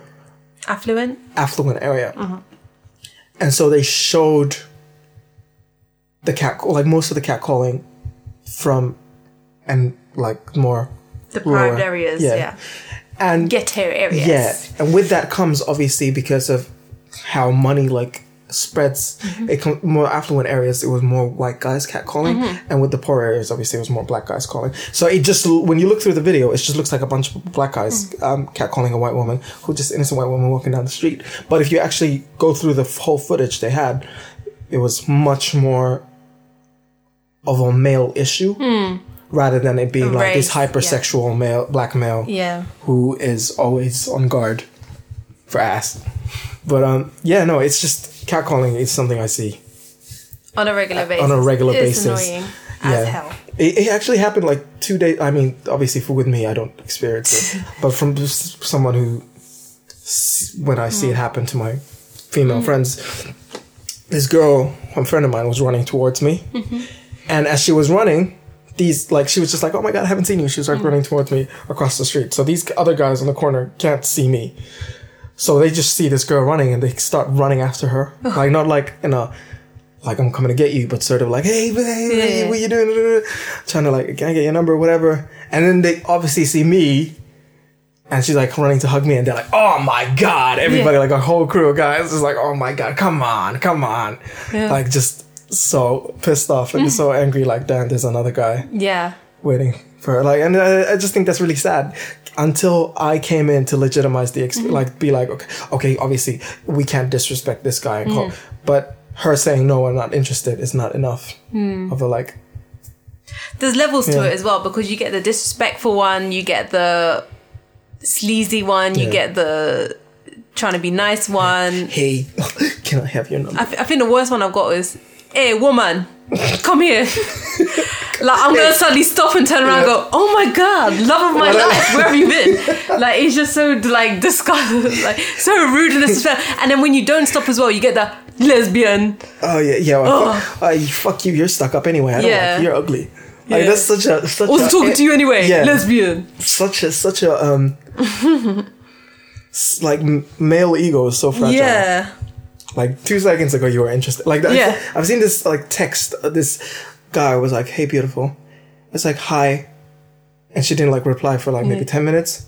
Speaker 3: affluent.
Speaker 1: affluent area. And so they showed the cat like most of the cat calling from and like more
Speaker 3: Deprived
Speaker 1: lower.
Speaker 3: areas. Yeah.
Speaker 1: And
Speaker 3: Ghetto areas.
Speaker 1: yeah, and with that comes obviously because of how money like spreads.
Speaker 3: Mm-hmm.
Speaker 1: It com- more affluent areas, it was more white guys catcalling,
Speaker 3: Mm-hmm.
Speaker 1: and with the poor areas, obviously, it was more black guys calling. So it just l- when you look through the video, it just looks like a bunch of black guys
Speaker 3: Mm.
Speaker 1: um, catcalling a white woman who just innocent white woman walking down the street. But if you actually go through the f- whole footage they had, it was much more of a male issue. Rather than it being like this
Speaker 3: Mm. Race, yeah.
Speaker 1: hypersexual male, black male,
Speaker 3: Yeah.
Speaker 1: who is always on guard for ass. But um, yeah, no, it's just catcalling is something I see
Speaker 3: On a regular basis.
Speaker 1: on a regular
Speaker 3: it's
Speaker 1: basis.
Speaker 3: Annoying
Speaker 1: yeah,
Speaker 3: as hell.
Speaker 1: It, it actually happened like two days. I mean, obviously, for with me, I don't experience it, but from s- someone who, s- when I see it happen to my female friends, this girl, a friend of mine, was running towards me, and as she was running, these like she was just like, oh my god, I haven't seen you. She was like running towards me across the street. So these other guys on the corner can't see me. So they just see this girl running and they start running after her. like not like in a like I'm coming to get you, but sort of like, hey, hey, hey,
Speaker 3: Yeah.
Speaker 1: what you doing? Trying to like, can I get your number, whatever. And then they obviously see me, and she's like running to hug me, and they're like, oh my god, everybody,
Speaker 3: Yeah.
Speaker 1: like a whole crew of guys, is like, oh my god, come on, come on,
Speaker 3: Yeah. Mm.
Speaker 1: like just so pissed off and so angry. Like, damn, there's another guy
Speaker 3: Yeah.
Speaker 1: waiting for her. Like, and uh, I, I just think that's really sad. Until I came in to legitimize the
Speaker 3: Mm.
Speaker 1: experience, like be like, okay, okay, obviously we can't disrespect this guy, and call, but her saying no, I'm not interested is not enough
Speaker 3: Mm.
Speaker 1: of a like,
Speaker 3: There's levels to
Speaker 1: Yeah.
Speaker 3: it as well because you get the disrespectful one, you get the sleazy one, you
Speaker 1: Yeah.
Speaker 3: get the trying to be nice one.
Speaker 1: hey, can I have your number?
Speaker 3: I, th- I think the worst one I've got is, hey, woman, come here. like, I'm going to suddenly stop and turn around and go, oh my God, love of my life, where have you been? Like, it's just so, like, disgusting, like, so rude and disrespectful. And then when you don't stop as well, you get the lesbian.
Speaker 1: Oh yeah, yeah. Well,
Speaker 3: Ugh.
Speaker 1: fuck, uh, fuck you. You're stuck up anyway. I don't
Speaker 3: Yeah.
Speaker 1: like you. You're ugly. Like
Speaker 3: Yeah.
Speaker 1: that's such a such
Speaker 3: Also
Speaker 1: a,
Speaker 3: talking to you anyway,
Speaker 1: Yeah.
Speaker 3: lesbian.
Speaker 1: Such a such a um, s- like m- male ego is so fragile.
Speaker 3: Yeah.
Speaker 1: Like two seconds ago, you were interested. Like that.
Speaker 3: Yeah.
Speaker 1: I've seen this like text. uh, This guy was like, "Hey, beautiful." It's like hi, and she didn't like reply for like maybe ten minutes.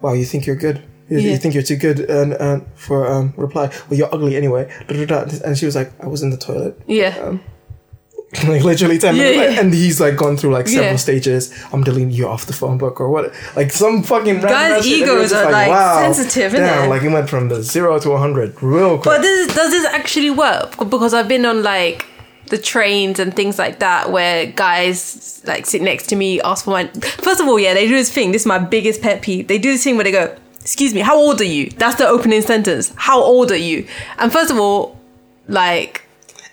Speaker 1: Wow, you think you're good. You, you
Speaker 3: Yeah.
Speaker 1: think you're too good and, and for um, reply. Well, you're ugly anyway. And she was like, I was in the toilet.
Speaker 3: Yeah.
Speaker 1: like literally 10
Speaker 3: Yeah,
Speaker 1: minutes later,
Speaker 3: yeah.
Speaker 1: and he's like gone through like several
Speaker 3: Yeah.
Speaker 1: stages i'm deleting you off the phone book or what like some fucking random
Speaker 3: Guys'
Speaker 1: ass shit, and
Speaker 3: egos
Speaker 1: you're just
Speaker 3: are, like, sensitive, innit?
Speaker 1: damn, like it went from the zero to 100 real quick
Speaker 3: But this, does this actually work? Because I've been on like the trains and things like that where guys like sit next to me, ask for my. First of all, yeah, they do this thing. This is my biggest pet peeve. They do this thing where they go, "Excuse me, how old are you?" That's the opening sentence. How old are you? And first of all, like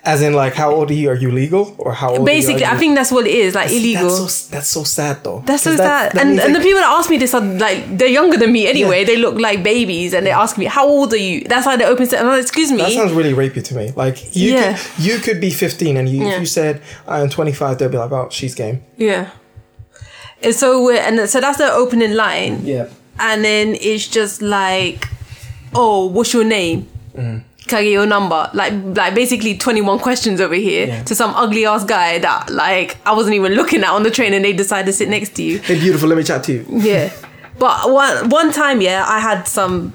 Speaker 1: as in like how old are you are you legal or how old
Speaker 3: basically,
Speaker 1: are you?
Speaker 3: I think that's what it is. Like illegal.
Speaker 1: that's so, that's so sad though
Speaker 3: That's so
Speaker 1: 'Cause that-
Speaker 3: sad.
Speaker 1: that
Speaker 3: and
Speaker 1: means,
Speaker 3: and the
Speaker 1: like,
Speaker 3: people that ask me this are like they're younger than me anyway.
Speaker 1: Yeah.
Speaker 3: They look like babies, and they ask me, "How old are you?" That's why they open. Sen- I'm like, Excuse me.
Speaker 1: that sounds really rapey to me like you
Speaker 3: Yeah.
Speaker 1: could, you could be 15 and you, if
Speaker 3: Yeah.
Speaker 1: you said i'm 25 they'll be like oh she's game
Speaker 3: Yeah. It's so weird. And so that's the opening line.
Speaker 1: yeah
Speaker 3: And then it's just like, oh, what's your name?
Speaker 1: Mm-hmm.
Speaker 3: Can I get your number? Like, like basically 21 questions over here
Speaker 1: Yeah.
Speaker 3: to some ugly ass guy that, like, I wasn't even looking at on the train and they decide to sit next to you.
Speaker 1: hey beautiful let me chat to you
Speaker 3: Yeah. But one one time, yeah, I had some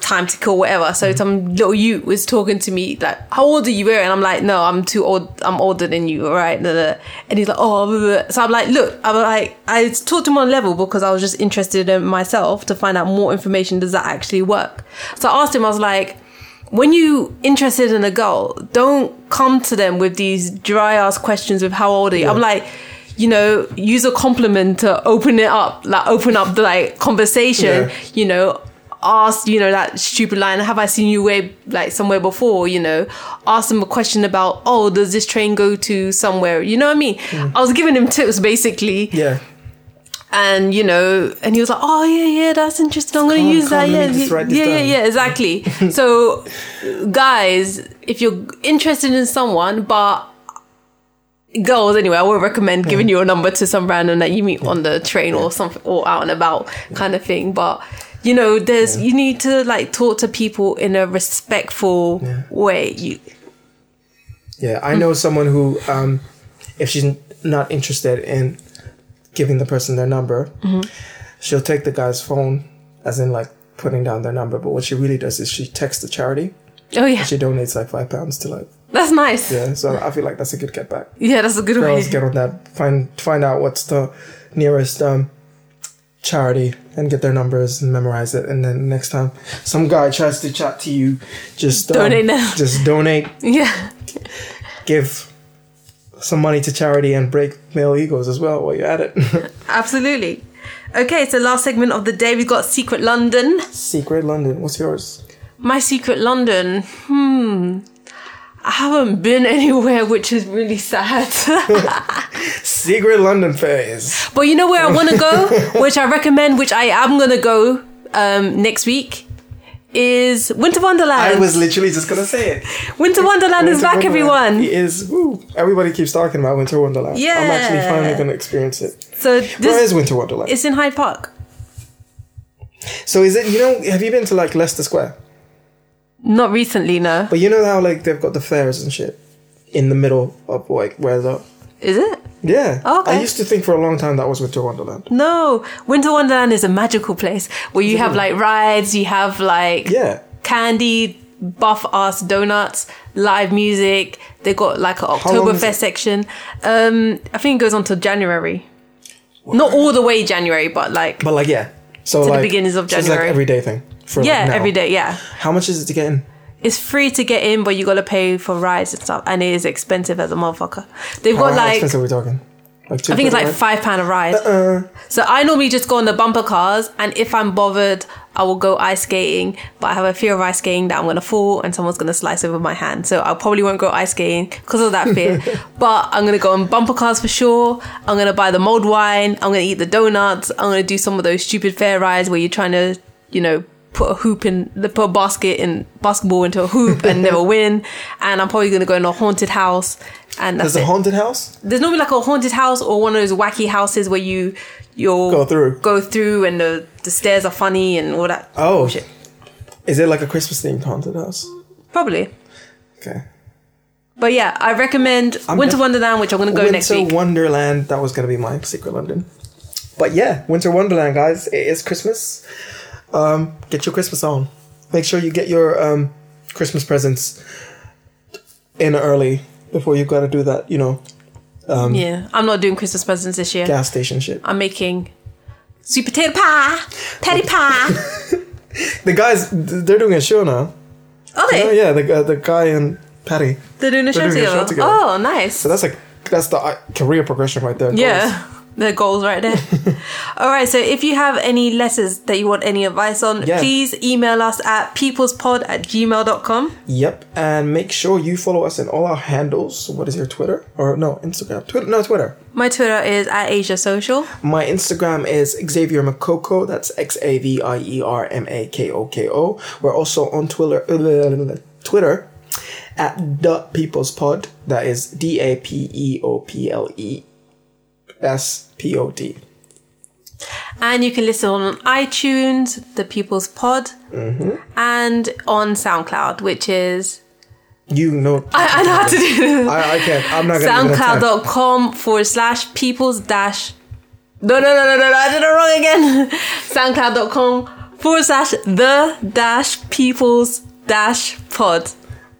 Speaker 3: time to kill, whatever. So some little you was talking to me like, "How old are you?" eh?" And I'm like, "No, I'm too old. I'm older than you, all right?" Nah, nah. And he's like, "Oh." blah, blah." So I'm like, "Look, I'm like, I talked to him on a level because I was just interested in myself to find out more information. Does that actually work?" So I asked him. I was like. When you interested in a girl, don't come to them with these dry ass questions with how old are you. I'm like, you know, use a compliment to open it up, like open up the like conversation.
Speaker 1: Yeah.
Speaker 3: You know, ask you know that stupid line. Have I seen you where like somewhere before? You know, ask them a question about oh, does this train go to somewhere? You know what I mean? I was giving him tips basically,
Speaker 1: yeah
Speaker 3: and you know, and he was like, oh yeah, yeah, that's interesting. I'm gonna
Speaker 1: Come on,
Speaker 3: use
Speaker 1: come on,
Speaker 3: that.
Speaker 1: let
Speaker 3: Yeah,
Speaker 1: me just
Speaker 3: yeah,
Speaker 1: write this
Speaker 3: yeah, yeah,
Speaker 1: down.
Speaker 3: yeah, exactly. so, guys, if you're interested in someone, but girls anyway, I would recommend giving your number to some random that you meet on the train or something or out and about kind of thing. But you know, there's you need to like talk to people in a respectful way. You
Speaker 1: Yeah,
Speaker 3: Hmm.
Speaker 1: I know someone who, um, if she's n- not interested in giving the person their number,
Speaker 3: Mm-hmm.
Speaker 1: she'll take the guy's phone, as in like putting down their number. But what she really does is she texts the charity.
Speaker 3: oh yeah,
Speaker 1: She donates like five pounds to like
Speaker 3: that's nice. Yeah,
Speaker 1: yeah. So I feel like that's a good get back.
Speaker 3: that's a good way.
Speaker 1: Girls get on that. Find find out what's the nearest um, charity and get their numbers and memorize it. And then next time some guy tries to chat to you, just um,
Speaker 3: Donate now.
Speaker 1: Just donate
Speaker 3: Yeah,
Speaker 1: give some money to charity and break male egos as well while you're at it.
Speaker 3: absolutely. Okay, so last segment of the day we've got Secret London.
Speaker 1: Secret London, what's yours?
Speaker 3: My Secret London. Hmm. I haven't been anywhere, which is really sad.
Speaker 1: Secret London phase.
Speaker 3: But you know where I want to go, which I recommend, which I am going to go um, next week, is Winter Wonderland.
Speaker 1: I was literally just gonna say it.
Speaker 3: Winter Wonderland is
Speaker 1: Winter
Speaker 3: back,
Speaker 1: Wonderland
Speaker 3: everyone.
Speaker 1: is. Woo. Everybody keeps talking about Winter Wonderland. I'm actually
Speaker 3: Yeah.
Speaker 1: finally gonna experience it.
Speaker 3: So
Speaker 1: Where
Speaker 3: this
Speaker 1: is Winter Wonderland?
Speaker 3: it's in Hyde Park.
Speaker 1: so is it? You know, have you been to like Leicester Square?
Speaker 3: Not recently, no.
Speaker 1: But you know how like they've got the fairs and shit in the middle of like where the
Speaker 3: Is it?
Speaker 1: yeah.
Speaker 3: Oh, okay.
Speaker 1: I used to think for a long time that was Winter Wonderland.
Speaker 3: No. Winter Wonderland is a magical place where you have like rides, you have like
Speaker 1: Yeah.
Speaker 3: candy, buff ass donuts, live music. They got like an
Speaker 1: long is
Speaker 3: Oktoberfest section. Um, I think it goes on till January. Not all the way January, but like
Speaker 1: But like yeah. So
Speaker 3: the
Speaker 1: like
Speaker 3: beginnings of
Speaker 1: so it's,
Speaker 3: January.
Speaker 1: like everyday thing. For like,
Speaker 3: yeah,
Speaker 1: now.
Speaker 3: every day. Yeah,
Speaker 1: How much is it to get in?
Speaker 3: it's free to get in, but you gotta pay for rides and stuff, and it is expensive as a motherfucker. They've
Speaker 1: How,
Speaker 3: got
Speaker 1: how
Speaker 3: like
Speaker 1: expensive are we talking? Like two
Speaker 3: I think it's like
Speaker 1: grand,
Speaker 3: five pound a ride.
Speaker 1: right? Uh,
Speaker 3: So I normally just go on the bumper cars, and if I'm bothered, I will go ice skating. But I have a fear of ice skating that I'm gonna fall and someone's gonna slice over my hand. So I probably won't go ice skating because of that fear. but I'm gonna go on bumper cars for sure. I'm gonna buy the mulled wine. I'm gonna eat the donuts. I'm gonna do some of those stupid fair rides where you're trying to, you know, put a hoop in, put a basket in basketball into a hoop and never win. And I'm probably gonna go in a haunted house. And that's
Speaker 1: there's a
Speaker 3: it
Speaker 1: haunted house.
Speaker 3: there's normally like a haunted house or one of those wacky houses where you you'll
Speaker 1: Go through.
Speaker 3: go through and the, the stairs are funny and all that
Speaker 1: Oh
Speaker 3: shit.
Speaker 1: Is it like a Christmas themed haunted house?
Speaker 3: probably
Speaker 1: Okay.
Speaker 3: but yeah i recommend winter
Speaker 1: def-
Speaker 3: wonderland which i'm gonna go
Speaker 1: Winter
Speaker 3: next week
Speaker 1: Wonderland. That was gonna be my secret London. But yeah, Winter Wonderland, guys. It is Christmas. Um, get your Christmas on. Make sure you get your um, Christmas presents in early before you gotta do that. You know,
Speaker 3: yeah i'm not doing christmas presents this year
Speaker 1: gas station shit.
Speaker 3: i'm making sweet potato pie patty pie
Speaker 1: The guys, th- they're doing a show now.
Speaker 3: are
Speaker 1: Oh
Speaker 3: they
Speaker 1: yeah, the uh, the guy and Patty.
Speaker 3: they're doing a show
Speaker 1: They're doing a show
Speaker 3: together
Speaker 1: together.
Speaker 3: oh nice
Speaker 1: So that's like that's the uh, career progression right there. Goals.
Speaker 3: Yeah. The goals right there. All right. So if you have any letters that you want any advice on,
Speaker 1: Yeah.
Speaker 3: please email us at peoplespod at gmail.com.
Speaker 1: Yep. And make sure you follow us in all our handles. What is your Twitter or no Instagram? Twitter? No Twitter.
Speaker 3: My Twitter is at Asia Social.
Speaker 1: My Instagram is Xavier Makoko. That's X A V I E R M A K O K O. We're also on Twitter. Twitter at the People's Pod. That is D A P E O P L E S P O D.
Speaker 3: And you can listen on iTunes, The People's Pod,
Speaker 1: Mm-hmm.
Speaker 3: and on SoundCloud, which is.
Speaker 1: You know, I,
Speaker 3: I, I know how to do this.
Speaker 1: I can't. I'm not gonna. give it a time.
Speaker 3: SoundCloud.com forward slash people's dash. No, no, no, no, no, no, I did it wrong again. SoundCloud.com forward slash the dash people's dash pod.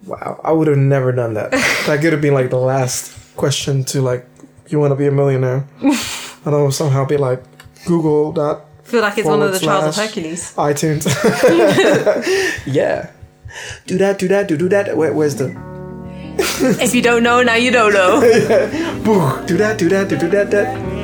Speaker 1: Wow, I would have never done that. that could have been like the last question to like, you want to be a millionaire? and I would somehow be like, Google that
Speaker 3: feel like it's one of
Speaker 1: Forward
Speaker 3: the trials of
Speaker 1: slash.
Speaker 3: Hercules.
Speaker 1: iTunes. yeah. Do that, do that, do, do that. Where, where's the.
Speaker 3: if you don't know, now you don't know.
Speaker 1: Boo, do that, do that, do, do that, that.